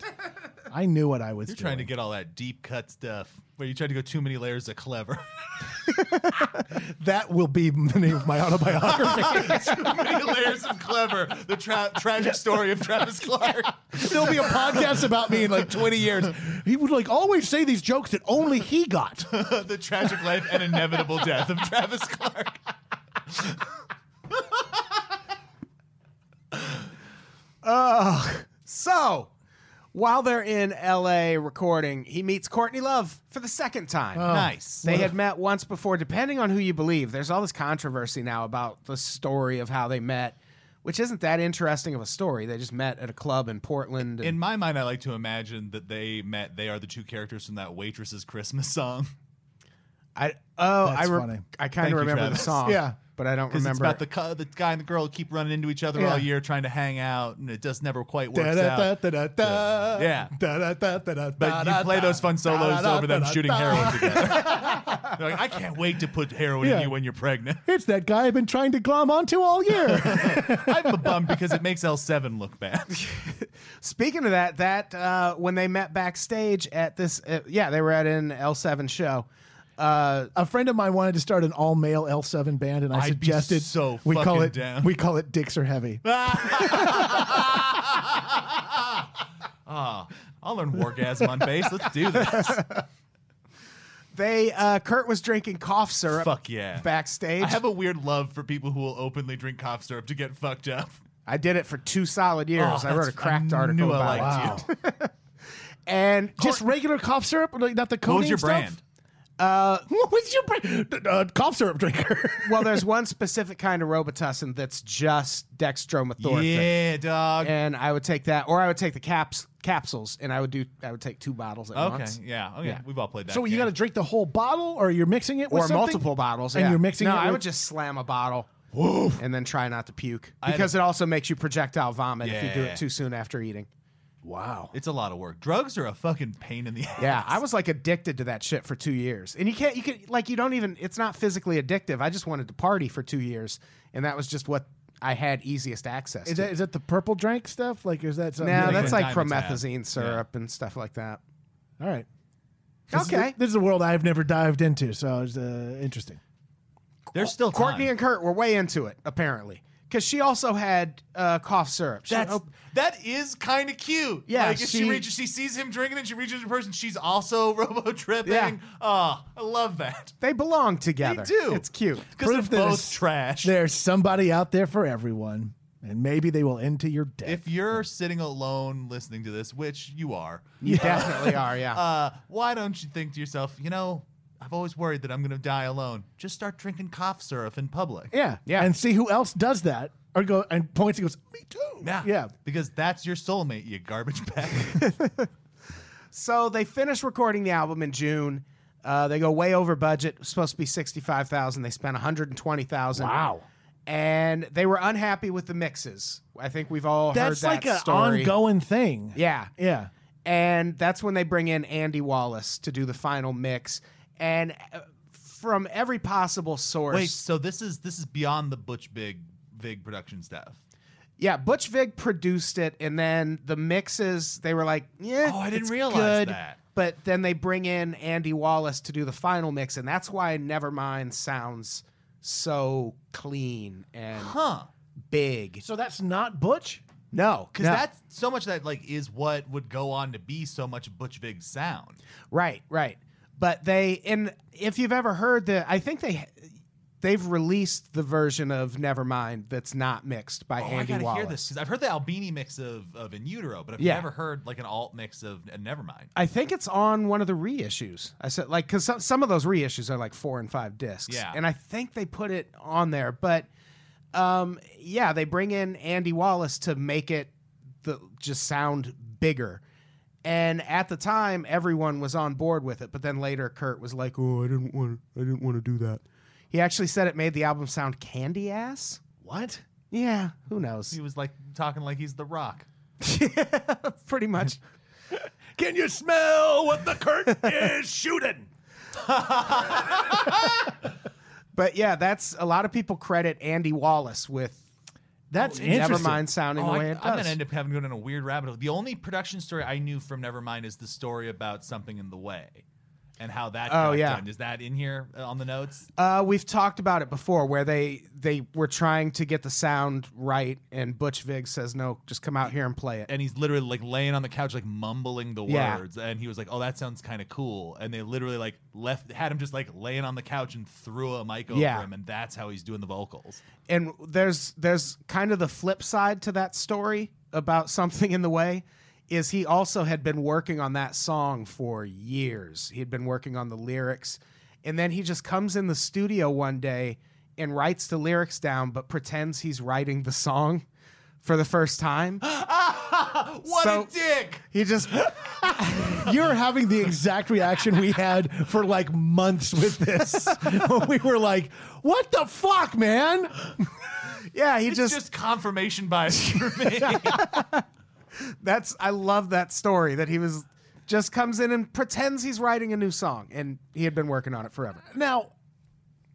Speaker 3: I knew what I was
Speaker 4: You're
Speaker 3: doing.
Speaker 4: trying to get all that deep cut stuff where you tried to go too many layers of clever.
Speaker 3: That will be the name of my autobiography.
Speaker 4: many layers of clever. The tra- tragic story of Travis Clark.
Speaker 3: There'll be a podcast about me in like 20 years. He would like always say these jokes that only he got.
Speaker 4: the tragic life and inevitable death of Travis Clark.
Speaker 1: So, While they're in LA recording, he meets Courtney Love for the second time.
Speaker 4: Oh. nice.
Speaker 1: They had met once before, depending on who you believe. There's all this controversy now about the story of how they met, which isn't that interesting of a story. They just met at a club in Portland. And
Speaker 4: in my mind, I like to imagine that they met. They are the two characters from that waitress's Christmas song
Speaker 1: I oh, I
Speaker 3: That's
Speaker 1: re-
Speaker 3: funny.
Speaker 1: I
Speaker 4: Thank
Speaker 1: kind
Speaker 4: you,
Speaker 1: of remember the
Speaker 4: Travis.
Speaker 1: song.
Speaker 3: Yeah.
Speaker 1: but I don't
Speaker 4: because
Speaker 1: remember.
Speaker 4: it's about the cu- the guy and the girl keep running into each other
Speaker 3: Yeah.
Speaker 4: all year trying to hang out, and it just never quite works out.
Speaker 3: Da-da-da-da-da.
Speaker 4: Yeah.
Speaker 3: Da-da-da-da-da.
Speaker 4: But you play those fun solos
Speaker 3: Da-da-da-da-da.
Speaker 4: over them shooting heroin together. They're like, I can't wait to put heroin
Speaker 3: Yeah.
Speaker 4: in you when you're pregnant.
Speaker 3: It's that guy I've been trying to glom onto all year.
Speaker 4: I'm a bum because it makes L7 look bad.
Speaker 1: Speaking of that, that uh, when they met backstage at this, uh, yeah, they were at an L7 show. Uh,
Speaker 3: a friend of mine wanted to start an all male L7 band, and I
Speaker 4: I'd be
Speaker 3: suggested
Speaker 4: so
Speaker 3: we call
Speaker 4: fucking
Speaker 3: it
Speaker 4: down.
Speaker 3: we call it Dicks Are Heavy.
Speaker 4: Ah, I'll learn wargasm on bass. Let's do this.
Speaker 1: they uh, Kurt was drinking cough syrup.
Speaker 4: Fuck yeah.
Speaker 1: Backstage,
Speaker 4: I
Speaker 1: I,
Speaker 4: have a weird love for people who will openly drink cough syrup to get fucked up.
Speaker 1: did it for two solid years.
Speaker 4: Oh,
Speaker 1: I wrote a
Speaker 4: that's-
Speaker 1: cracked
Speaker 4: I
Speaker 1: article
Speaker 4: knew I
Speaker 1: about it,
Speaker 4: liked you.
Speaker 1: and
Speaker 3: Just regular cough syrup, like not the codeine
Speaker 4: What was your
Speaker 3: stuff?
Speaker 4: brand?
Speaker 3: What's your brand? D- Uh, cough syrup drinker.
Speaker 1: well, there's one specific kind of Robitussin that's just dextromethorphan.
Speaker 4: Yeah, dog.
Speaker 1: And I would take that, or I would take the caps capsules, and I would do. I would take two bottles at
Speaker 4: Okay.
Speaker 1: once,
Speaker 4: Yeah. Okay.
Speaker 1: Yeah.
Speaker 4: We've all played that.
Speaker 3: so you
Speaker 4: game.
Speaker 3: got to drink the whole bottle, or you're mixing it with
Speaker 1: or
Speaker 3: something?
Speaker 1: multiple bottles.
Speaker 3: And
Speaker 1: yeah.
Speaker 3: you're mixing
Speaker 1: No,
Speaker 3: it
Speaker 1: I
Speaker 3: with-
Speaker 1: would just slam a bottle, and then try not to puke
Speaker 4: had
Speaker 1: because it also makes you projectile vomit if you do
Speaker 4: Yeah.
Speaker 1: it too soon after eating.
Speaker 3: Wow.
Speaker 4: It's a lot of work. Drugs are a fucking pain in the ass.
Speaker 1: Yeah, I was like addicted to that shit for two years, and you can't. You could like you don't even. It's not physically addictive. I just wanted to party for two years, and that was just what I had easiest access.
Speaker 3: Is
Speaker 1: to.
Speaker 3: that is that the purple drink stuff? Like is that something?
Speaker 1: No,
Speaker 4: like
Speaker 1: that's
Speaker 4: a
Speaker 1: like
Speaker 4: diamond tap.
Speaker 1: promethazine syrup and stuff like that.
Speaker 3: all right. This is the-
Speaker 1: Okay.
Speaker 3: this is a world I've never dived into, so it's uh, interesting.
Speaker 4: There's still
Speaker 1: Courtney
Speaker 4: time.
Speaker 1: and Kurt were way into it, apparently, because she also had uh, cough syrup. She-
Speaker 4: That's
Speaker 1: oh,
Speaker 4: that is kind of cute.
Speaker 1: Yeah,
Speaker 4: like if she,
Speaker 1: she-
Speaker 4: reaches, she sees him drinking, and she reaches in person. She's also robo tripping.
Speaker 1: Yeah.
Speaker 4: Oh, I love that.
Speaker 1: they belong together.
Speaker 4: They do.
Speaker 1: It's cute.
Speaker 4: because they're
Speaker 3: Proof that
Speaker 4: both
Speaker 3: it's-
Speaker 4: trash.
Speaker 3: There's somebody out there for everyone, and maybe they will end to your death.
Speaker 4: if you're sitting alone listening to this, which you are,
Speaker 1: You definitely are. Yeah.
Speaker 4: uh, why don't you think to yourself, you know, I've always worried that I'm going to die alone. Just start drinking cough syrup in public.
Speaker 3: yeah,
Speaker 1: Yeah.
Speaker 3: and see who else does that, or go and points and goes, "Me too."
Speaker 4: Yeah.
Speaker 3: yeah.
Speaker 4: Because that's your soulmate, you garbage bag.
Speaker 1: So they finished recording the album in June. Uh, they go way over budget. It was supposed to be sixty-five thousand. They spent one hundred and twenty thousand.
Speaker 3: Wow.
Speaker 1: And they were unhappy with the mixes. I think we've all
Speaker 3: That's
Speaker 1: heard that
Speaker 3: like an
Speaker 1: story.
Speaker 3: ongoing thing.
Speaker 1: Yeah.
Speaker 3: yeah.
Speaker 1: and that's when they bring in Andy Wallace to do the final mix. And uh, from every possible source,
Speaker 4: Wait, so this is this is beyond the Butch Big Vig production stuff.
Speaker 1: yeah, Butch Vig produced it, and then the mixes they were like, yeah,
Speaker 4: Oh, I didn't
Speaker 1: it's
Speaker 4: realize
Speaker 1: good.
Speaker 4: that.
Speaker 1: But then they bring in Andy Wallace to do the final mix, and that's why Nevermind sounds so clean and
Speaker 4: Huh.
Speaker 1: big.
Speaker 3: So that's not Butch.
Speaker 1: No,
Speaker 4: Because
Speaker 1: no.
Speaker 4: that's so much of that like is what would go on to be so much of Butch Vig's sound.
Speaker 1: Right, right. But they and if you've ever heard the I think they they've released the version of Nevermind that's not mixed by
Speaker 4: Oh, I
Speaker 1: Andy
Speaker 4: gotta
Speaker 1: Wallace.
Speaker 4: hear this because I've heard the Albini mix of of In Utero, but I've
Speaker 1: Yeah.
Speaker 4: never heard like an alt mix of and Nevermind.
Speaker 1: I think it's on one of the reissues. I said like cuz some, some of those reissues are like 4 and 5 discs.
Speaker 4: Yeah.
Speaker 1: And I think they put it on there, but um yeah, they bring in Andy Wallace to make it the just sound bigger. And at the time everyone was on board with it, but then later Kurt was like, "Oh, I didn't want I didn't want to do that." He actually said it made the album sound candy ass.
Speaker 3: What?
Speaker 1: Yeah, who knows?
Speaker 4: He was like talking like he's the Rock.
Speaker 1: Pretty much.
Speaker 3: Can you smell what the curtain is shooting?
Speaker 1: But yeah, that's a lot of people credit Andy Wallace with
Speaker 3: That's interesting.
Speaker 1: Nevermind sounding
Speaker 4: Oh,
Speaker 1: the
Speaker 4: I,
Speaker 1: way
Speaker 4: am
Speaker 1: it does.
Speaker 4: gonna end up having to go down a weird rabbit hole. The only production story I knew from Nevermind is the story about something in the way, and how that.
Speaker 1: Oh,
Speaker 4: got
Speaker 1: yeah.
Speaker 4: done. is that in here uh, on the notes?
Speaker 1: Uh, we've talked about it before, where they they were trying to get the sound right, and Butch Vig says, "No, just come out here and play it."
Speaker 4: and he's literally like laying on the couch like mumbling the
Speaker 1: Yeah.
Speaker 4: words and he was like oh that sounds kind of cool and they literally like left had him just like laying on the couch and threw a mic over
Speaker 1: Yeah.
Speaker 4: him and that's how he's doing the vocals
Speaker 1: And there's there's kind of the flip side to that story about something in the way is he also had been working on that song for years. He had been working on the lyrics. And then he just comes in the studio one day and writes the lyrics down, but pretends he's writing the song for the first time.
Speaker 4: what
Speaker 1: So-
Speaker 4: a dick!
Speaker 1: He just
Speaker 3: You're having the exact reaction we had for like months with this. we were like, what the fuck, man?
Speaker 1: Yeah, he
Speaker 4: It's
Speaker 1: just,
Speaker 4: just, confirmation bias for me.
Speaker 1: that's I love that story that he was just comes in and pretends he's writing a new song and he had been working on it forever.
Speaker 3: Now,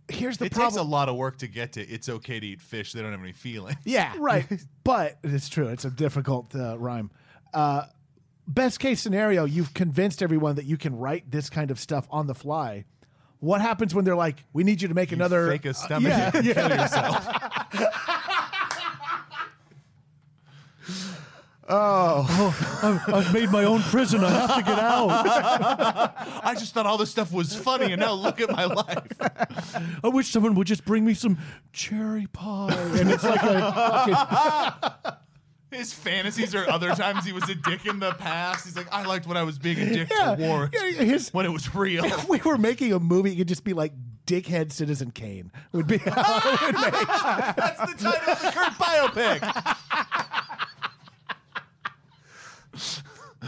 Speaker 3: here's the
Speaker 4: it takes a
Speaker 3: problem.
Speaker 4: lot of work to get to. It's okay to eat fish. They don't have any feeling.
Speaker 1: Yeah.
Speaker 3: right. But it's true. It's a difficult uh, rhyme. Uh, best case scenario, you've convinced everyone that you can write this kind of stuff on the fly. What happens when they're like, we need you to make another.
Speaker 4: fake a
Speaker 3: uh,
Speaker 4: stomach
Speaker 3: yeah,
Speaker 4: ache and
Speaker 3: yeah.
Speaker 4: kill yourself.
Speaker 3: Oh. I've made my own prison. I have to get out.
Speaker 4: I just thought all this stuff was funny, and now look at my life.
Speaker 3: I wish someone would just bring me some cherry pie. And it's like a fucking.
Speaker 4: His fantasies are other times he was a dick in the past. He's like, I liked when I was being a dick
Speaker 3: Yeah,
Speaker 4: towards
Speaker 3: yeah, his-
Speaker 4: when it was real.
Speaker 3: If we were making a movie, it could just be like Dickhead Citizen Kane would be
Speaker 1: Oh,
Speaker 3: how it would make.
Speaker 4: That's the title of the current biopic.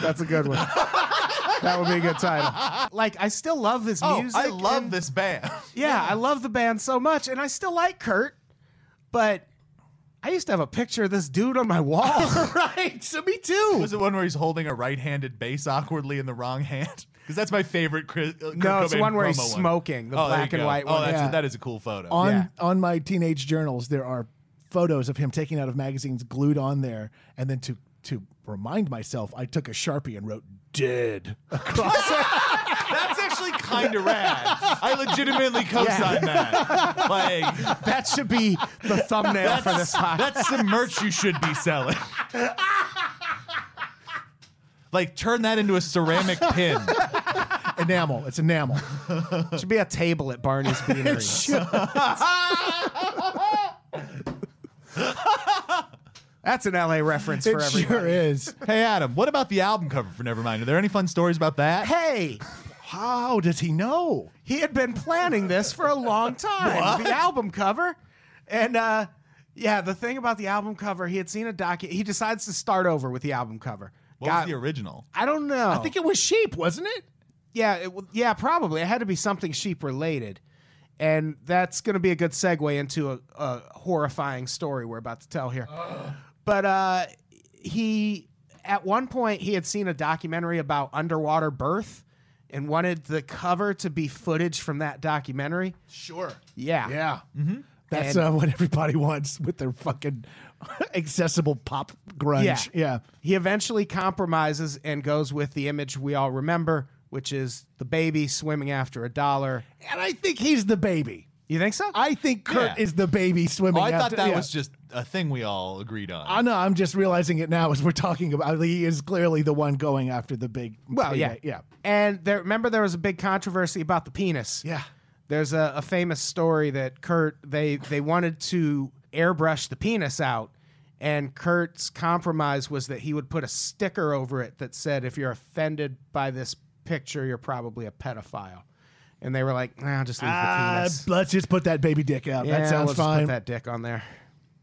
Speaker 1: That's a good one. that would be a good title. Like I still love his
Speaker 4: Oh,
Speaker 1: music.
Speaker 4: I love
Speaker 1: and-
Speaker 4: this band.
Speaker 1: Yeah, I love the band so much and I still like Kurt, but I used to have a picture of this dude on my wall.
Speaker 3: right. So me too.
Speaker 4: Was it one where he's holding a right-handed bass awkwardly in the wrong hand? Because that's my favorite. Chris, uh, Kurt
Speaker 1: No, it's the
Speaker 4: Cobain
Speaker 1: one where he's
Speaker 4: promo
Speaker 1: smoking, the
Speaker 4: Oh, there
Speaker 1: black
Speaker 4: you
Speaker 1: and
Speaker 4: go.
Speaker 1: white
Speaker 4: Oh,
Speaker 1: one.
Speaker 4: that's-
Speaker 3: Yeah.
Speaker 4: that is a cool photo.
Speaker 3: on
Speaker 1: Yeah.
Speaker 3: on my teenage journals there are photos of him taking out of magazines glued on there and then to to remind myself i took a sharpie and wrote dead across it
Speaker 4: That's actually kind of rad. I legitimately co-sign that. Like
Speaker 1: that should be the thumbnail for this podcast.
Speaker 4: that's the merch you should be selling. Like turn that into a ceramic pin.
Speaker 3: enamel it's enamel
Speaker 1: It should be a table at Barney's Beanery. That's an LA reference for
Speaker 3: it
Speaker 1: everyone.
Speaker 3: sure is
Speaker 4: Hey Adam, what about the album cover for Nevermind? Are there any fun stories about that?
Speaker 1: Hey,
Speaker 3: how does he know
Speaker 1: he had been planning this for a long time. The album cover. And uh yeah, the thing about the album cover, he had seen a doc he decides to start over with the album cover.
Speaker 4: What
Speaker 1: Got-
Speaker 4: was the original?
Speaker 1: I don't know.
Speaker 3: i think it was sheep wasn't it
Speaker 1: Yeah, it, w- yeah, probably. It had to be something sheep related. And that's going to be a good segue into a, a horrifying story we're about to tell here. But uh, he, at one point, he had seen a documentary about underwater birth and wanted the cover to be footage from that documentary.
Speaker 3: sure
Speaker 1: Yeah. Mm-hmm.
Speaker 3: yeah that's uh, what everybody wants with their fucking accessible pop grunge yeah,
Speaker 1: He eventually compromises and goes with the image we all remember, which is the baby swimming after a dollar.
Speaker 3: and i think he's the baby
Speaker 1: You think so?
Speaker 3: i think kurt
Speaker 4: Yeah.
Speaker 3: is the baby swimming
Speaker 4: Oh, I thought
Speaker 3: after-
Speaker 4: that
Speaker 3: yeah.
Speaker 4: was just a thing we all agreed on.
Speaker 3: I know. I'm just realizing it now as we're talking about. He is clearly the one going after the big.
Speaker 1: Well, yeah,
Speaker 3: payday. yeah,
Speaker 1: And there, remember, there was a big controversy about the penis.
Speaker 3: yeah.
Speaker 1: There's a, a famous story that Kurt they they wanted to airbrush the penis out, and Kurt's compromise was that he would put a sticker over it that said, "If you're offended by this picture, you're probably a pedophile." And they were like, "Nah, just leave the
Speaker 3: Uh,
Speaker 1: penis."
Speaker 3: let's just put that baby dick out.
Speaker 1: Yeah,
Speaker 3: that sounds
Speaker 1: we'll just
Speaker 3: fine.
Speaker 1: Put that dick on there.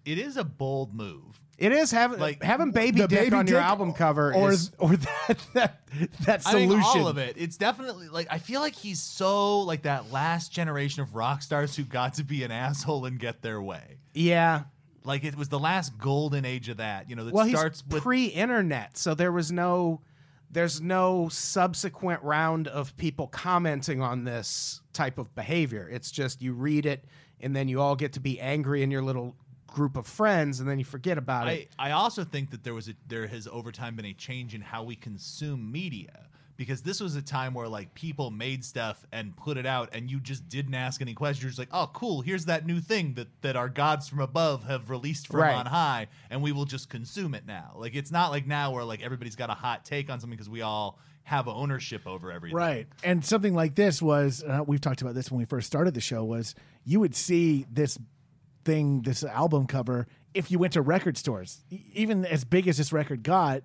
Speaker 4: It is a bold move.
Speaker 1: It is having
Speaker 4: Like,
Speaker 1: having baby
Speaker 3: the
Speaker 1: dick
Speaker 3: baby
Speaker 1: on your
Speaker 3: dick
Speaker 1: album cover
Speaker 3: or
Speaker 1: is
Speaker 3: or that that that
Speaker 4: I
Speaker 3: solution.
Speaker 4: mean, all of it. It's definitely like I feel like he's so like that last generation of rock stars who got to be an asshole and get their way.
Speaker 1: yeah.
Speaker 4: Like it was the last golden age of that. You know, that
Speaker 1: Well,
Speaker 4: starts
Speaker 1: he's
Speaker 4: with
Speaker 1: pre-internet, so there was no, there's no subsequent round of people commenting on this type of behavior. It's just you read it, and then you all get to be angry in your little group of friends, and then you forget about
Speaker 4: I,
Speaker 1: it.
Speaker 4: I also think that there was a there has over time been a change in how we consume media because this was a time where like people made stuff and put it out and you just didn't ask any questions. You're just like, oh cool, here's that new thing that, that our gods from above have released from
Speaker 1: Right.
Speaker 4: on high and we will just consume it now. Like it's not like now where like everybody's got a hot take on something because we all have ownership over everything.
Speaker 3: Right. And something like this was uh, we've talked about this when we first started the show was you would see this thing this album cover if you went to record stores. E- Even as big as this record got,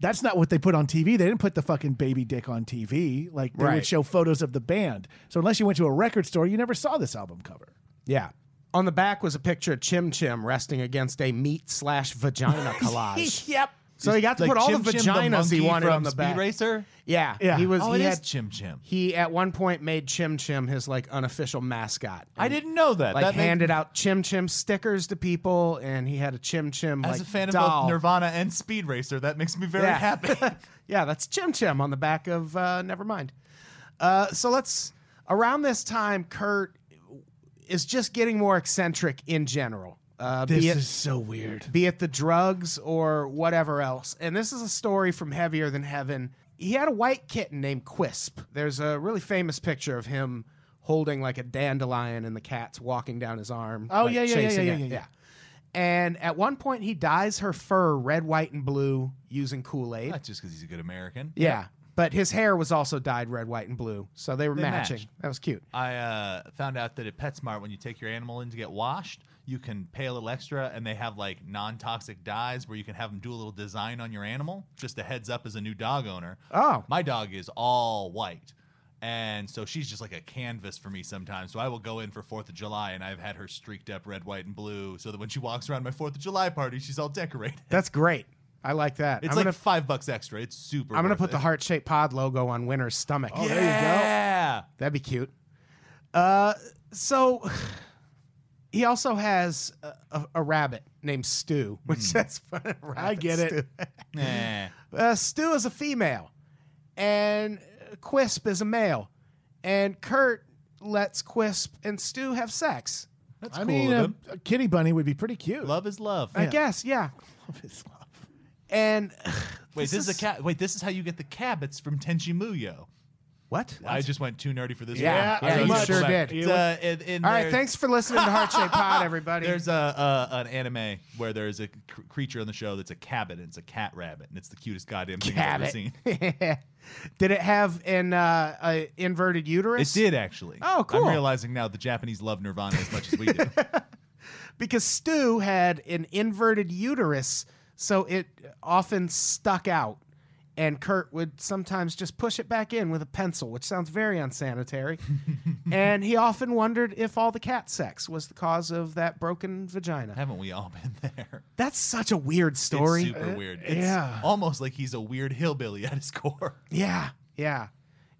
Speaker 3: That's not what they put on TV. They didn't put the fucking baby dick on TV. Like they
Speaker 1: Right.
Speaker 3: would show photos of the band. So unless you went to a record store, you never saw this album cover.
Speaker 1: Yeah. On the back was a picture of Chim Chim resting against a meat slash vagina collage.
Speaker 3: Yep.
Speaker 1: so he got to
Speaker 4: Like
Speaker 1: put all
Speaker 4: Chim
Speaker 1: the
Speaker 4: Chim, the
Speaker 1: vaginas he
Speaker 4: monkey
Speaker 1: wanted
Speaker 4: from
Speaker 1: on the
Speaker 4: Speed
Speaker 1: back.
Speaker 4: Racer.
Speaker 1: Yeah,
Speaker 3: Yeah.
Speaker 1: He was.
Speaker 4: Oh,
Speaker 1: he
Speaker 4: it
Speaker 1: had
Speaker 4: is Chim Chim.
Speaker 1: He at one point made Chim Chim his like unofficial mascot.
Speaker 4: I
Speaker 1: And,
Speaker 4: didn't know that.
Speaker 1: like
Speaker 4: that makes-
Speaker 1: handed out Chim Chim stickers to people, and he had a Chim Chim
Speaker 4: as
Speaker 1: like
Speaker 4: a fan of
Speaker 1: doll.
Speaker 4: both Nirvana and Speed Racer, that makes me very
Speaker 1: Yeah.
Speaker 4: happy.
Speaker 1: yeah, that's Chim Chim on the back of uh, Nevermind. Uh, so let's around this time, Kurt is just getting more eccentric in general. Uh,
Speaker 3: This
Speaker 1: be it,
Speaker 3: is so weird.
Speaker 1: be it the drugs or whatever else. And this is a story from Heavier Than Heaven. He had a white kitten named Quisp. There's a really famous picture of him holding like a dandelion and the cat's walking down his arm.
Speaker 3: Oh,
Speaker 1: like,
Speaker 3: yeah, yeah, yeah,
Speaker 1: chasing
Speaker 3: yeah,
Speaker 1: it.
Speaker 3: yeah, yeah.
Speaker 1: And at one point, he dyes her fur red, white, and blue using Kool Aid.
Speaker 4: Not just because he's a good American.
Speaker 1: Yeah. But his hair was also dyed red, white, and blue. So they were
Speaker 4: They
Speaker 1: matching.
Speaker 4: matched.
Speaker 1: That was cute.
Speaker 4: I uh, found out that at PetSmart, when you take your animal in to get washed, you can pay a little extra, and they have like non-toxic dyes where you can have them do a little design on your animal. Just a heads up as a new dog owner.
Speaker 1: Oh.
Speaker 4: my dog is all white, and so she's just like a canvas for me sometimes. So I will go in for Fourth of July, and I've had her streaked up red, white, and blue, so that when she walks around my Fourth of July party, she's all decorated.
Speaker 1: That's great. I like that.
Speaker 4: It's
Speaker 1: I'm
Speaker 4: like
Speaker 1: gonna,
Speaker 4: five bucks extra. It's super.
Speaker 1: I'm gonna
Speaker 4: worth
Speaker 1: put the
Speaker 4: it.
Speaker 1: heart oh, shaped pod logo on Winter's stomach.
Speaker 4: Yeah.
Speaker 3: Oh, you go.
Speaker 1: That'd be cute. Uh, so he also has a, a, a rabbit named Stu, which that's fun. rabbit
Speaker 3: Hmm. I get it.
Speaker 1: Stu.
Speaker 4: Nah.
Speaker 1: Uh, Stu is a female, and Quisp is a male, and Kurt lets Quisp and Stu have sex.
Speaker 4: That's
Speaker 3: I
Speaker 4: cool
Speaker 3: mean,
Speaker 4: of
Speaker 1: uh,
Speaker 3: a,
Speaker 4: him.
Speaker 3: a kitty bunny would be pretty cute.
Speaker 4: Love is love.
Speaker 1: I guess, yeah.
Speaker 3: Love is love.
Speaker 1: And
Speaker 4: Wait, this, is, a cat. Wait, this is how you get the cabbits from Tenchi Muyo.
Speaker 1: what?
Speaker 4: I just went too nerdy for this.
Speaker 1: Yeah,
Speaker 4: one. I
Speaker 3: yeah,
Speaker 4: was
Speaker 3: you
Speaker 4: gonna
Speaker 3: sure
Speaker 4: go back.
Speaker 1: did.
Speaker 4: It's, uh, in, in
Speaker 1: All right,
Speaker 4: there-
Speaker 1: thanks for listening to Heart Shape Pod, everybody.
Speaker 4: There's a, a an anime where there's a cr- creature on the show that's a cabbit and it's a cat rabbit and it's the cutest goddamn thing I've ever
Speaker 1: Cabot.
Speaker 4: seen.
Speaker 1: did it have an uh, a inverted
Speaker 4: It
Speaker 1: uterus?
Speaker 4: did actually.
Speaker 1: Oh, cool.
Speaker 4: I'm realizing now the Japanese love Nirvana as much as we do.
Speaker 1: because Stu had an inverted uterus, so it often stuck out. And Kurt would sometimes just push it back in with a pencil, which sounds very unsanitary. and he often wondered if all the cat sex was the cause of that broken vagina.
Speaker 4: Haven't we all been there?
Speaker 1: That's such a weird story. Uh,
Speaker 4: It's super weird. It's
Speaker 3: yeah.
Speaker 4: almost like he's a weird hillbilly at his core.
Speaker 1: Yeah, yeah.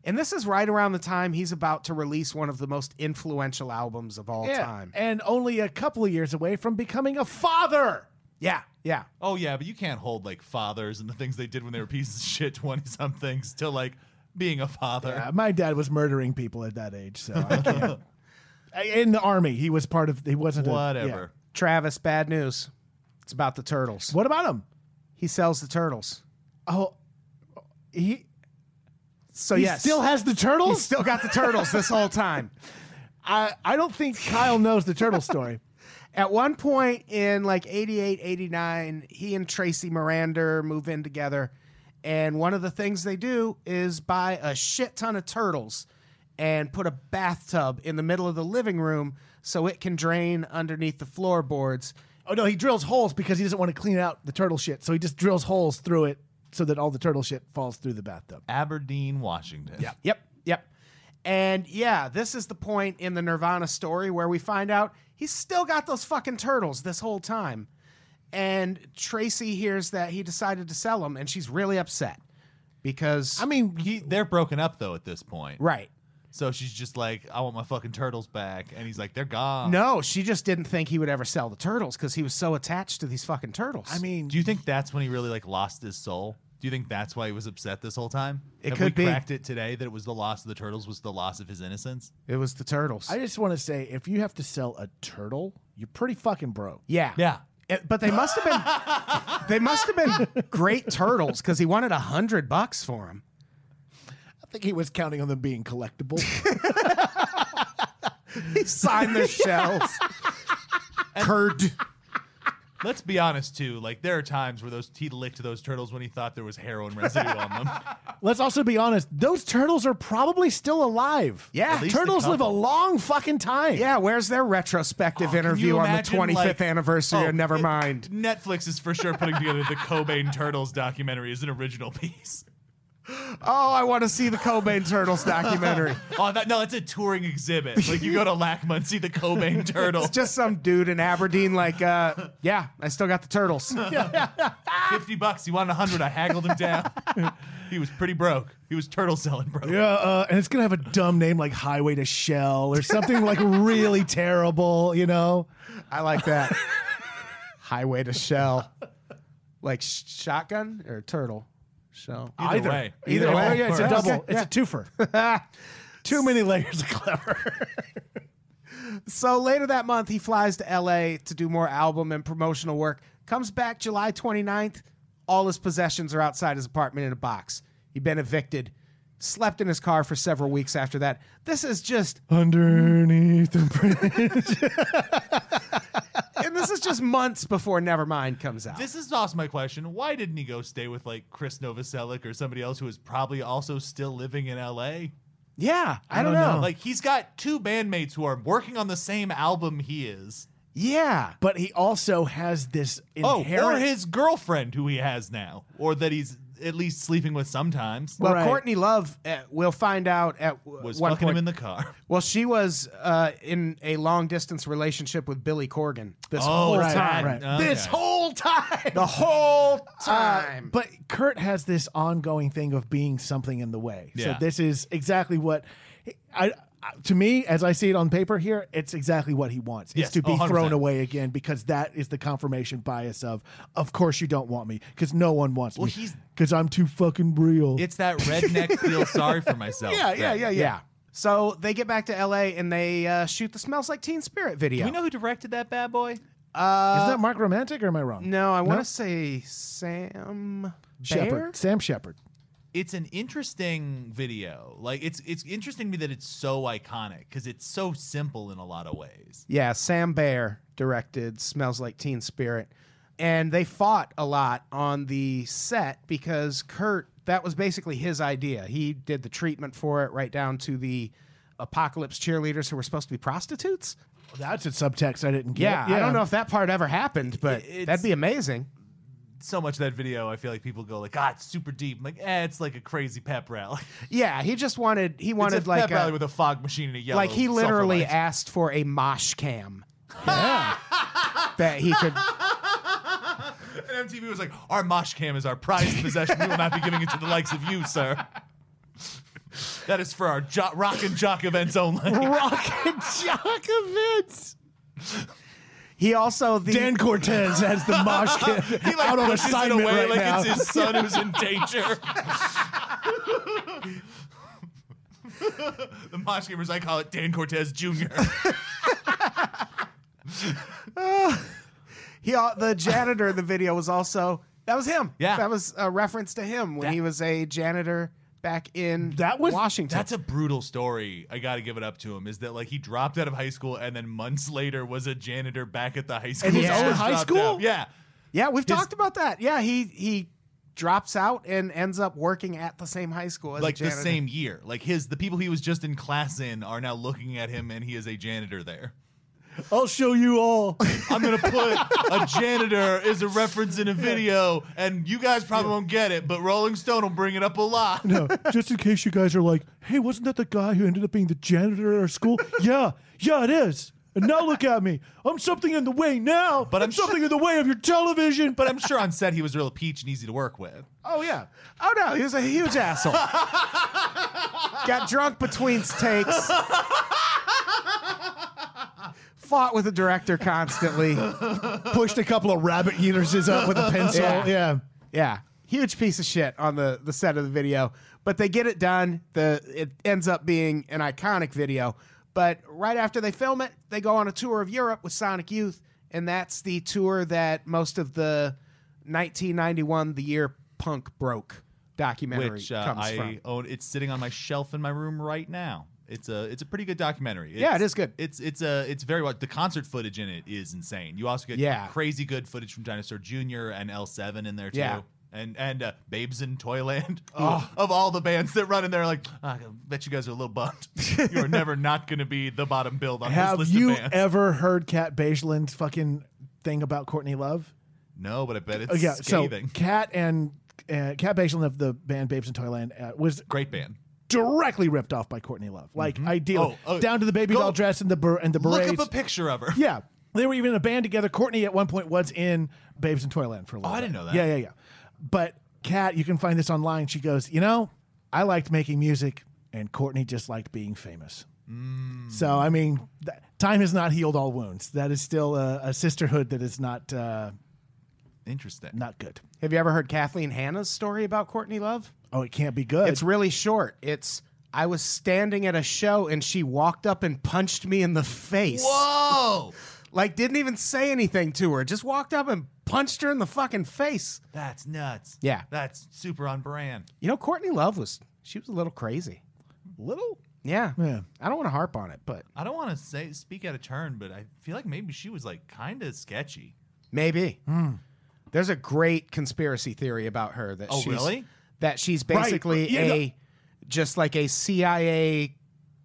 Speaker 1: And this is right around the time he's about to release one of the most influential albums of all
Speaker 3: Yeah.
Speaker 1: time.
Speaker 3: And only a couple of years away from becoming a father.
Speaker 1: Yeah, yeah.
Speaker 4: Oh yeah, but you can't hold like fathers and the things they did when they were pieces of shit twenty somethings to like being a father.
Speaker 3: Yeah, Uh, my dad was murdering people at that age, so I can't. I- in the army, he was part of. He wasn't a- yeah.
Speaker 4: Whatever.
Speaker 1: Travis, bad news. It's about the turtles.
Speaker 3: What about him?
Speaker 1: He sells the turtles.
Speaker 3: Oh, he,
Speaker 1: So
Speaker 3: he
Speaker 1: yes,
Speaker 3: Oh, still has the turtles.
Speaker 1: He's still got the turtles this whole time.
Speaker 3: I I don't think Kyle knows the turtle story.
Speaker 1: At one point in like 88, 89, he and Tracy Miranda move in together. And one of the things they do is buy a shit ton of turtles and put a bathtub in the middle of the living room so it can drain underneath the floorboards.
Speaker 3: Oh no, he drills holes because he doesn't want to clean out the turtle shit, so he just drills holes through it so that all the turtle shit falls through the bathtub.
Speaker 4: Aberdeen, Washington. Yeah.
Speaker 1: Yep, yep. And yeah, this is the point in the Nirvana story where we find out he's still got those fucking turtles this whole time. And Tracy hears that he decided to sell them and she's really upset because
Speaker 4: I mean, he, they're broken up though at this point.
Speaker 1: right.
Speaker 4: So she's just like, I want my fucking turtles back. And he's like, they're gone.
Speaker 1: No, she just didn't think he would ever sell the turtles cuz he was so attached to these fucking turtles.
Speaker 3: I mean,
Speaker 4: Do you think that's when he really like lost his soul? Do you think that's why he was upset this whole time?
Speaker 1: It
Speaker 4: Have
Speaker 1: could
Speaker 4: we
Speaker 1: be.
Speaker 4: cracked it today that it was the loss of the turtles was the loss of his innocence?
Speaker 1: it was the turtles.
Speaker 3: I just want to say if you have to sell a turtle, you're pretty fucking broke.
Speaker 1: yeah. It- but they must have been they must have been great turtles cuz he wanted a 100 bucks for them.
Speaker 3: I think he was counting on them being collectible.
Speaker 1: He signed their shells. Curd.
Speaker 4: Let's be honest too. Like there are times where those he licked those turtles when he thought there was heroin residue on them.
Speaker 3: Let's also be honest; those turtles are probably still alive.
Speaker 1: Yeah. At
Speaker 4: least a
Speaker 3: turtles live a
Speaker 4: couple.
Speaker 3: long fucking time.
Speaker 1: Yeah, where's their retrospective
Speaker 4: Oh, Can
Speaker 1: interview
Speaker 4: you
Speaker 1: on the
Speaker 4: imagine,
Speaker 1: 25th
Speaker 4: like-
Speaker 1: anniversary
Speaker 4: Oh,
Speaker 1: of Never
Speaker 4: it-
Speaker 1: Mind?
Speaker 4: Netflix is for sure putting together the Cobain Turtles documentary as an original piece.
Speaker 1: Oh, I want to see the Cobain Turtles documentary.
Speaker 4: Oh, that, no, that's a touring exhibit. Like you go to LACMA and see the Cobain Turtle.
Speaker 1: It's just some dude in Aberdeen, like, uh, yeah, I still got the turtles.
Speaker 4: Fifty bucks. He wanted hundred. I haggled him down. he was pretty broke. He was turtle selling broke.
Speaker 3: Yeah, uh, and it's gonna have a dumb name like Highway to Shell or something like really terrible. You know,
Speaker 1: I like that. Highway to shell. Like sh- shotgun or turtle? Shell.
Speaker 4: Either, way.
Speaker 3: either, way,
Speaker 1: way,
Speaker 3: Oh, yeah, it's a
Speaker 1: or-
Speaker 3: double.
Speaker 1: Okay,
Speaker 3: It's a twofer. Too many layers of clever.
Speaker 1: So later that month, he flies to LA to do more album and promotional work. Comes back July 29th. All his possessions are outside his apartment in a box. He'd been evicted, slept in his car for several weeks after that. This is just,
Speaker 3: Underneath the bridge.
Speaker 1: and this is just months before Nevermind comes out.
Speaker 4: This is also my question. Why didn't he go stay with like Chris Novoselic or somebody else who is probably also still living in LA?
Speaker 1: yeah, I, don't,
Speaker 3: don't
Speaker 1: know.
Speaker 3: know.
Speaker 4: Like he's got two bandmates who are working on the same album he is.
Speaker 1: Yeah.
Speaker 3: But he also has this
Speaker 4: Oh,
Speaker 3: inherent.
Speaker 4: or his girlfriend who he has now, or that he's at least sleeping with sometimes.
Speaker 1: Well,
Speaker 3: Right.
Speaker 1: Courtney Love, uh, we'll find out at w-
Speaker 4: was
Speaker 1: one
Speaker 4: fucking
Speaker 1: point.
Speaker 4: him in the car.
Speaker 1: well, she was uh, in a long distance relationship with Billy Corgan this
Speaker 4: Oh,
Speaker 1: whole
Speaker 4: right,
Speaker 1: time.
Speaker 3: right.
Speaker 4: This
Speaker 1: whole time. The whole time.
Speaker 3: Uh, But Kurt has this ongoing thing of being something in the way.
Speaker 4: Yeah.
Speaker 3: So this is exactly what I, I to me as I see it on paper here, it's exactly what he wants.
Speaker 4: Yes,
Speaker 3: Is to be
Speaker 4: oh, 100%.
Speaker 3: thrown away again because that is the confirmation bias of of course you don't want me because no one wants
Speaker 4: Well,
Speaker 3: me
Speaker 4: he's-
Speaker 3: cuz I'm too fucking real.
Speaker 4: It's that redneck feel sorry for myself.
Speaker 3: yeah, yeah,
Speaker 4: thing.
Speaker 3: yeah, yeah,
Speaker 1: yeah. So they get back to LA and they uh, shoot the Smells Like Teen Spirit video.
Speaker 4: Do we know who directed that bad boy?
Speaker 3: is that Mark Romantic or am I wrong?
Speaker 1: no, I want to say Sam Bear?
Speaker 3: Shepard. Sam Shepard.
Speaker 4: It's an interesting video. Like it's it's interesting to me that it's so iconic because it's so simple in a lot of ways.
Speaker 1: Yeah, Sam Bear directed Smells Like Teen Spirit. And they fought a lot on the set because Kurt, that was basically his idea. He did the treatment for it right down to the apocalypse cheerleaders who were supposed to be prostitutes.
Speaker 3: That's a subtext I didn't get.
Speaker 1: Yeah, I don't know if that part ever happened, but
Speaker 4: It's-
Speaker 1: that'd be amazing.
Speaker 4: So much of that video, I feel like people go like, "Ah, it's super deep." I'm like, eh, it's like a crazy pep rally.
Speaker 1: Yeah, he just wanted he
Speaker 4: Wanted
Speaker 1: wanted
Speaker 4: it's a
Speaker 1: like
Speaker 4: pep rally
Speaker 1: a,
Speaker 4: with a fog machine and a yellow.
Speaker 1: like he literally
Speaker 4: sulfur light.
Speaker 1: asked for a mosh cam. that he could
Speaker 4: and MTV was like, "Our mosh cam is our prized possession. We will not be giving it to the likes of you, sir." That is for our jo- rock and jock events only.
Speaker 3: Rocket Jock events.
Speaker 1: he also the
Speaker 3: Dan Cortez has the mosh kid
Speaker 4: He like
Speaker 3: out on
Speaker 4: pushes it
Speaker 3: assignment
Speaker 4: away
Speaker 3: right
Speaker 4: like
Speaker 3: now.
Speaker 4: it's his son who's in danger. the mosh gamers, I call it Dan Cortez Jr.
Speaker 1: He al- the janitor in the video was also that was him.
Speaker 4: Yeah.
Speaker 1: that was a reference to him when he was a janitor back in
Speaker 3: That was-
Speaker 1: Washington.
Speaker 4: That's a brutal story. I gotta give it up to him. Is that like he dropped out of high school and then months later was a janitor back at the high school?
Speaker 3: his
Speaker 4: he
Speaker 1: own
Speaker 4: just
Speaker 3: high
Speaker 4: dropped
Speaker 3: school?
Speaker 4: out. Yeah.
Speaker 1: yeah, we've
Speaker 4: his-
Speaker 1: talked about that. Yeah, he he drops out and ends up working at the same high school as
Speaker 4: Like
Speaker 1: a
Speaker 4: the
Speaker 1: janitor.
Speaker 4: same year. Like his the people he was just in class in are now looking at him and he is a janitor there.
Speaker 3: I'll show you all.
Speaker 4: I'm gonna put a janitor is a reference in a video, and you guys probably won't get it, but Rolling Stone will bring it up a lot.
Speaker 3: No, just in case you guys are like, hey, wasn't that the guy who ended up being the janitor at our school? yeah, yeah, it is. And now look at me. I'm something in the way now. But
Speaker 4: I'm
Speaker 3: something in the way of your television.
Speaker 4: But I'm sure on set he was real peach and easy to work with.
Speaker 1: Oh yeah. Oh no, he was a huge asshole. Got drunk between takes. Fought with the director constantly.
Speaker 3: pushed a couple of rabbit eaters up with a pencil.
Speaker 1: Yeah.
Speaker 3: Yeah.
Speaker 1: Yeah, huge piece of shit on the the set of the video, but they get it done. The it ends up being an iconic video. But right after they film it, they go on a tour of Europe with Sonic Youth, and that's the tour that most of the 1991 the year punk broke documentary
Speaker 4: Which uh,
Speaker 1: comes
Speaker 4: I
Speaker 1: from.
Speaker 4: own. It's sitting on my shelf in my room right now. It's a it's a pretty good documentary. It's,
Speaker 1: Yeah, it is good.
Speaker 4: It's it's a it's very well. The concert footage in it is insane. You also get
Speaker 1: Yeah.
Speaker 4: crazy good footage from Dinosaur Jr. and L7 in there too.
Speaker 1: Yeah. Oh.
Speaker 4: and and uh, Babes in Toyland. who, Of all the bands that run in there, like "Ah, I bet you guys are a little bummed. you are never not going to be the bottom build on
Speaker 3: Have
Speaker 4: this list
Speaker 3: you
Speaker 4: of
Speaker 1: e-,
Speaker 4: bands.
Speaker 3: ever heard Cat Bageland's fucking thing about Courtney Love?
Speaker 4: no, but I bet it's
Speaker 3: Oh, yeah.
Speaker 4: scathing.
Speaker 3: So Cat and uh, Cat Bageland of the band Babes in Toyland uh, was
Speaker 4: Great band.
Speaker 3: directly ripped off by Courtney Love. Like ideally,
Speaker 4: Oh, oh,
Speaker 3: down to the baby
Speaker 4: go-
Speaker 3: doll dress and the bur- and the berets.
Speaker 4: Look up a picture of her.
Speaker 3: Yeah. They were even in a band together. Courtney at one point was in Babes in Toyland for a little
Speaker 4: Oh, I
Speaker 3: bit.
Speaker 4: didn't know that.
Speaker 3: Yeah, yeah, yeah. But Kat, you can find this online. She goes, You know, I liked making music, and Courtney just liked being famous.
Speaker 4: Mm.
Speaker 3: So, I mean, th- time has not healed all wounds. That is still a, a sisterhood that is not uh,
Speaker 4: Interesting.
Speaker 3: not good.
Speaker 1: Have you ever heard Kathleen Hanna's story about Courtney Love?
Speaker 3: Oh, it can't be good.
Speaker 1: It's really short. It's I was standing at a show and she walked up and punched me in the face.
Speaker 4: Whoa!
Speaker 1: Like didn't even say anything to her. Just walked up and punched her in the fucking face.
Speaker 4: That's nuts.
Speaker 1: Yeah.
Speaker 4: That's super on brand.
Speaker 1: You know Courtney Love was she was a little crazy.
Speaker 3: little.
Speaker 1: Yeah.
Speaker 3: Yeah.
Speaker 1: I don't want to harp on it, but
Speaker 4: I don't want to say speak out of turn, but I feel like maybe she was like kind of sketchy.
Speaker 1: maybe.
Speaker 3: Hmm.
Speaker 1: There's a great conspiracy theory about her that
Speaker 4: Oh,
Speaker 1: she's
Speaker 4: really?
Speaker 1: that she's
Speaker 3: Right.
Speaker 1: basically
Speaker 3: You
Speaker 1: a
Speaker 3: know-
Speaker 1: just like a CIA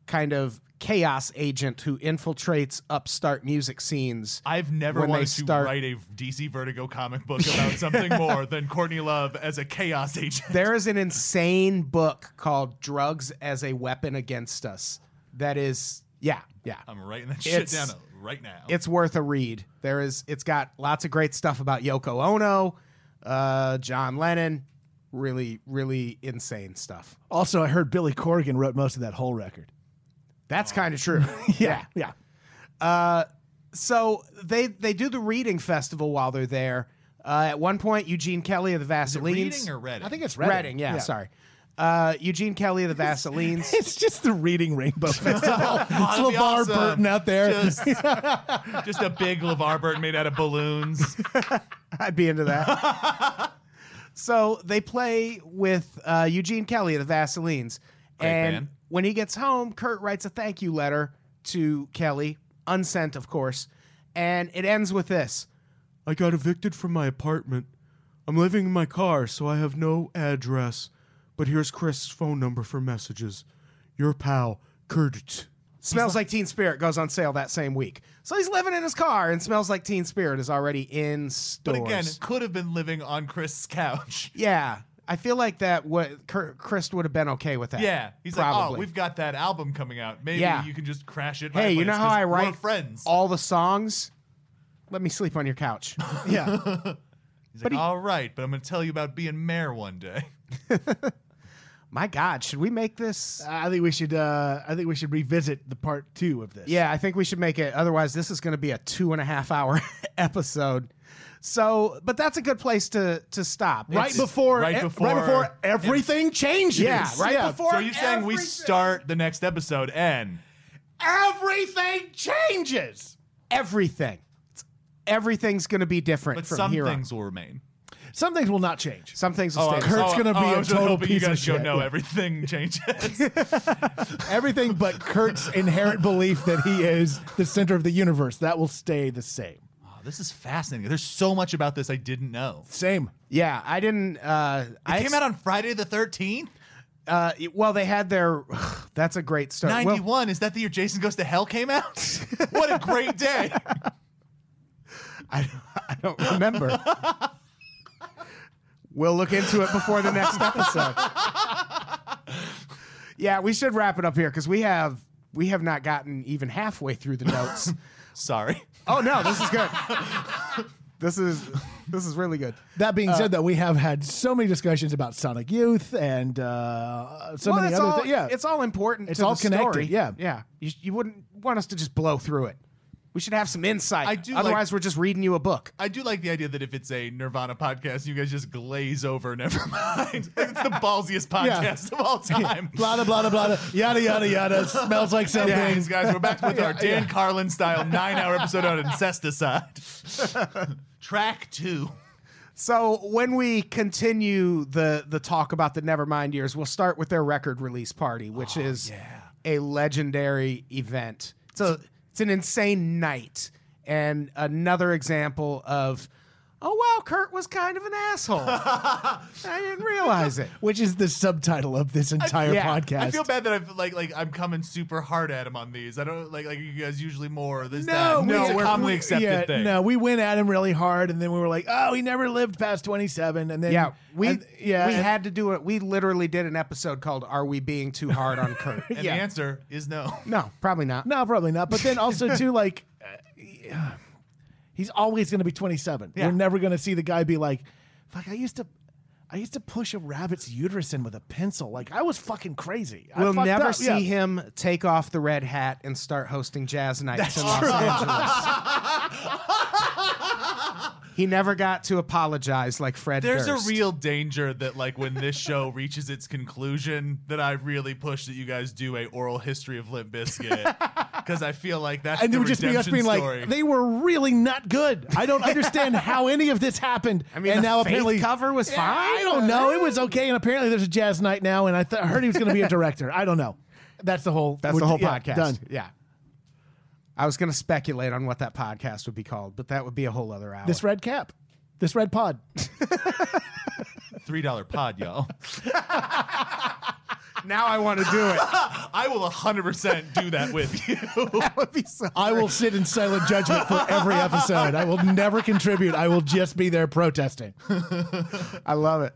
Speaker 1: kind of chaos agent who infiltrates upstart music scenes.
Speaker 4: I've never
Speaker 1: When they
Speaker 4: wanted
Speaker 1: start-
Speaker 4: to write a DC Vertigo comic book about something more than Courtney Love as a chaos agent.
Speaker 1: There is an insane book called Drugs as a Weapon Against Us that is yeah, yeah.
Speaker 4: I'm writing that shit
Speaker 1: It's-
Speaker 4: down right now.
Speaker 1: It's worth a read. There is it's got lots of great stuff about Yoko Ono, uh, John Lennon, really really insane stuff.
Speaker 3: Also, I heard Billy Corgan wrote most of that whole record.
Speaker 1: That's kind of true. yeah. Uh,
Speaker 3: Yeah.
Speaker 1: so they they do the reading festival while they're there. Uh, at one point, Eugene Kelly of the Vaseline's.
Speaker 4: reading or Reading?
Speaker 1: I think it's
Speaker 3: Reading.
Speaker 1: Reading. yeah,
Speaker 3: Yeah.
Speaker 1: sorry. Uh, Eugene Kelly of the Vaseline's.
Speaker 3: It's just the Reading Rainbow Festival. it's
Speaker 4: That'd be
Speaker 3: LeVar
Speaker 4: awesome.
Speaker 3: Burton out there.
Speaker 4: Just, just a big LeVar Burton made out of balloons.
Speaker 1: I'd be into that. so they play with uh, Eugene Kelly of the Vaseline's,
Speaker 4: Great
Speaker 1: and
Speaker 4: band.
Speaker 1: when he gets home, Kurt writes a thank you letter to Kelly, unsent, of course, and it ends with this:
Speaker 7: I got evicted from my apartment. I'm living in my car, so I have no address. But here's Chris's phone number for messages. Your pal, Kurt.
Speaker 1: "Smells like Teen Spirit" goes on sale that same week. So he's living in his car, and "Smells Like Teen Spirit" is already in
Speaker 4: But
Speaker 1: stores.
Speaker 4: again, it could have been living on Chris's couch.
Speaker 1: yeah, I feel like that. What Kurt, Chris would have been okay with that.
Speaker 4: Yeah, he's like,
Speaker 1: Probably.
Speaker 4: oh, we've got that album coming out. Maybe
Speaker 1: Yeah.
Speaker 4: you can just crash it.
Speaker 1: Hey, you know how I
Speaker 4: We're
Speaker 1: write
Speaker 4: friends.
Speaker 1: all the songs? Let me sleep on your couch.
Speaker 3: yeah.
Speaker 4: He's like, all right, but I'm going to tell you about being mayor one day.
Speaker 1: My God, should we make this?
Speaker 3: I think we should. Uh, I think we should revisit the part two of this.
Speaker 1: Yeah, I think we should make it. Otherwise, this is going to be a two and a half hour episode. So, but that's a good place to to stop.
Speaker 3: right
Speaker 1: It's-
Speaker 3: before.
Speaker 4: right
Speaker 3: Right
Speaker 4: before-
Speaker 3: before. everything changes.
Speaker 1: Yeah, right before.
Speaker 4: so you're saying we
Speaker 1: everything-
Speaker 4: start the next episode and
Speaker 3: everything changes.
Speaker 1: everything. It's- everything's going to be different
Speaker 4: but
Speaker 1: from
Speaker 4: some
Speaker 1: here
Speaker 4: things
Speaker 1: on.
Speaker 4: will remain.
Speaker 3: Some things will not change.
Speaker 1: Some things will stay. the
Speaker 3: Kurt's
Speaker 1: same.
Speaker 3: gonna be
Speaker 4: Oh, I
Speaker 3: a
Speaker 4: was really
Speaker 3: total
Speaker 4: hoping you
Speaker 3: piece of
Speaker 4: guys should
Speaker 3: shit,
Speaker 4: know
Speaker 3: yeah.
Speaker 4: everything changes.
Speaker 3: Everything but Kurt's inherent belief that he is the center of the universe that will stay the same.
Speaker 4: Wow, Oh, this is fascinating. There's so much about this I didn't know.
Speaker 3: Same.
Speaker 1: yeah, I didn't. Uh,
Speaker 4: It
Speaker 1: I
Speaker 4: came out on Friday the 13th,
Speaker 1: Uh, well, they had their. that's a great start. Well,
Speaker 4: 91. is that the year Jason Goes to Hell came out? what a great day!
Speaker 1: I, I don't remember. we'll look into it before the next episode. yeah, we should wrap it up here because we have we have not gotten even halfway through the notes.
Speaker 4: Sorry.
Speaker 1: oh no, this is good. this is this is really good.
Speaker 3: That being said, though, we have had so many discussions about Sonic Youth and uh, so
Speaker 1: well,
Speaker 3: many
Speaker 1: it's
Speaker 3: other
Speaker 1: all
Speaker 3: things. Yeah,
Speaker 1: it's all important.
Speaker 3: It's
Speaker 1: to
Speaker 3: all
Speaker 1: the
Speaker 3: connected,
Speaker 1: story.
Speaker 3: yeah.
Speaker 1: yeah. You, you wouldn't want us to just blow through it. We should have some insight.
Speaker 4: I do like-
Speaker 1: Otherwise, we're just reading you a book.
Speaker 4: I do like the idea that if it's a Nirvana podcast, you guys just glaze over. Never mind. Like, it's the ballsiest
Speaker 3: Yeah.
Speaker 4: podcast of all time.
Speaker 3: blah blah blah blah blah. Yada yada yada. Smells like something.
Speaker 4: Yeah, these guys, we're back with our Dan Carlin style nine hour episode on incesticide. Track two.
Speaker 1: So when we continue the the talk about the Nevermind years, we'll start with their record release party, which
Speaker 3: Oh,
Speaker 1: is a legendary event. It's a it's an insane night and another example of oh wow, Kurt was kind of an asshole. I didn't realize it.
Speaker 3: which is the subtitle of this entire
Speaker 1: yeah, I
Speaker 3: podcast.
Speaker 4: I feel bad that I'm like like I'm coming super hard at him on these. I don't like like you guys usually more this
Speaker 3: No,
Speaker 4: that.
Speaker 3: we-
Speaker 4: it's a
Speaker 3: we're-
Speaker 4: commonly
Speaker 3: we-
Speaker 4: accepted
Speaker 3: yeah,
Speaker 4: thing.
Speaker 3: No, we went at him really hard, and then we were like, "Oh, he never lived past 27." And then
Speaker 1: Yeah, we
Speaker 3: and- yeah,
Speaker 1: we
Speaker 3: and-
Speaker 1: had to do it. We literally did an episode called "Are We Being Too Hard on Kurt?"
Speaker 4: And the answer is no.
Speaker 1: no, probably not.
Speaker 3: no, probably not. But then also too like, uh, yeah, he's always going to be 27.
Speaker 4: Yeah.
Speaker 3: We're never going to see the guy be like, "Fuck, I used to." I used to push a rabbit's uterus in with a pencil. Like I was fucking crazy. I
Speaker 1: We'll
Speaker 3: fucked
Speaker 1: never
Speaker 3: up.
Speaker 1: see
Speaker 3: Yeah.
Speaker 1: him take off the red hat and start hosting jazz nights in Los Angeles. he never got to apologize like Fred.
Speaker 4: There's
Speaker 1: Durst.
Speaker 4: a real danger that like when this show reaches its conclusion, that I really push that you guys do a oral history of Limp Bizkit because I feel like that's
Speaker 3: and
Speaker 4: the
Speaker 3: it would just be us
Speaker 4: redemption
Speaker 3: being
Speaker 4: story.
Speaker 3: like, they were really not good. I don't understand how any of this happened. I
Speaker 1: mean,
Speaker 3: and
Speaker 1: the
Speaker 3: now
Speaker 1: Faith
Speaker 3: apparently
Speaker 1: cover was
Speaker 3: Yeah,
Speaker 1: fine?
Speaker 3: I don't know. It was okay, and apparently there's a jazz night now, and I, th- I heard he was going to be a director. I don't know. That's the whole.
Speaker 1: That's
Speaker 3: we're-
Speaker 1: the whole
Speaker 3: yeah,
Speaker 1: podcast.
Speaker 3: Done.
Speaker 1: Yeah. I was going to speculate on what that podcast would be called, but that would be a whole other hour.
Speaker 3: This red cap, this red pod.
Speaker 4: three dollar pod, y'all.
Speaker 1: now I want to do it.
Speaker 4: I will 100 percent do that with you.
Speaker 1: that would be so.
Speaker 3: I will sit in silent judgment for every episode. I will never contribute. I will just be there protesting.
Speaker 1: I love it.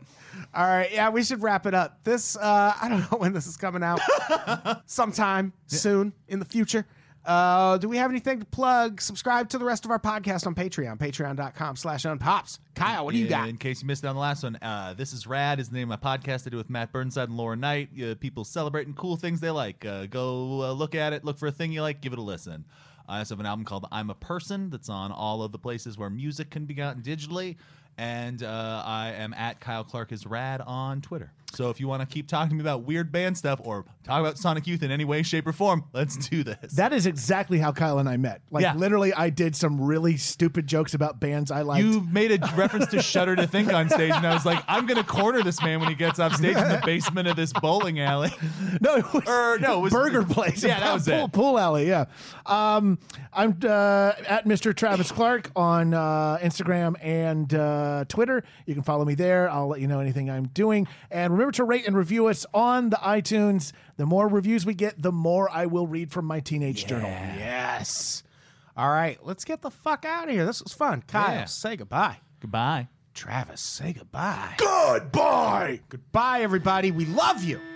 Speaker 1: All right, yeah, we should wrap it up. This uh, I don't know when this is coming out. Sometime soon in the future. Uh, do we have anything to plug? Subscribe to the rest of our podcast on Patreon, patreon.com slash unpops. Kyle, what do you got?
Speaker 4: In case you missed it on the last one, uh, this is rad. Is the name of my podcast I do with Matt Burnside and Laura Knight. Uh, people celebrating cool things they like. Uh, go uh, look at it. Look for a thing you like. Give it a listen. I also have an album called "I'm a Person" that's on all of the places where music can be gotten digitally. And uh, I am at Kyle Clark is rad on Twitter. So if you want to keep talking to me about weird band stuff or talk about Sonic Youth in any way, shape, or form, let's do this.
Speaker 3: That is exactly how Kyle and I met. Like
Speaker 4: Yeah.
Speaker 3: literally, I did some really stupid jokes about bands I liked.
Speaker 4: You made a reference to Shudder to Think on stage, and I was like, I'm gonna corner this man when he gets off stage in the basement of this bowling alley.
Speaker 3: No, it was,
Speaker 4: Or, Er, no, it was-
Speaker 3: Burger Place.
Speaker 4: Yeah, that was
Speaker 3: pool,
Speaker 4: it.
Speaker 3: Pool Alley. Yeah, um, I'm uh, at Mr. Travis Clark on uh, Instagram and uh, Twitter. You can follow me there. I'll let you know anything I'm doing. And remember to rate and review us on the iTunes. The more reviews we get, the more I will read from my teenage journal.
Speaker 1: Yes. All right, let's get the fuck out of here. This was fun. Kyle,
Speaker 4: Yeah.
Speaker 1: say goodbye.
Speaker 4: Goodbye.
Speaker 1: Travis, say goodbye. Goodbye. Goodbye, everybody. We love you.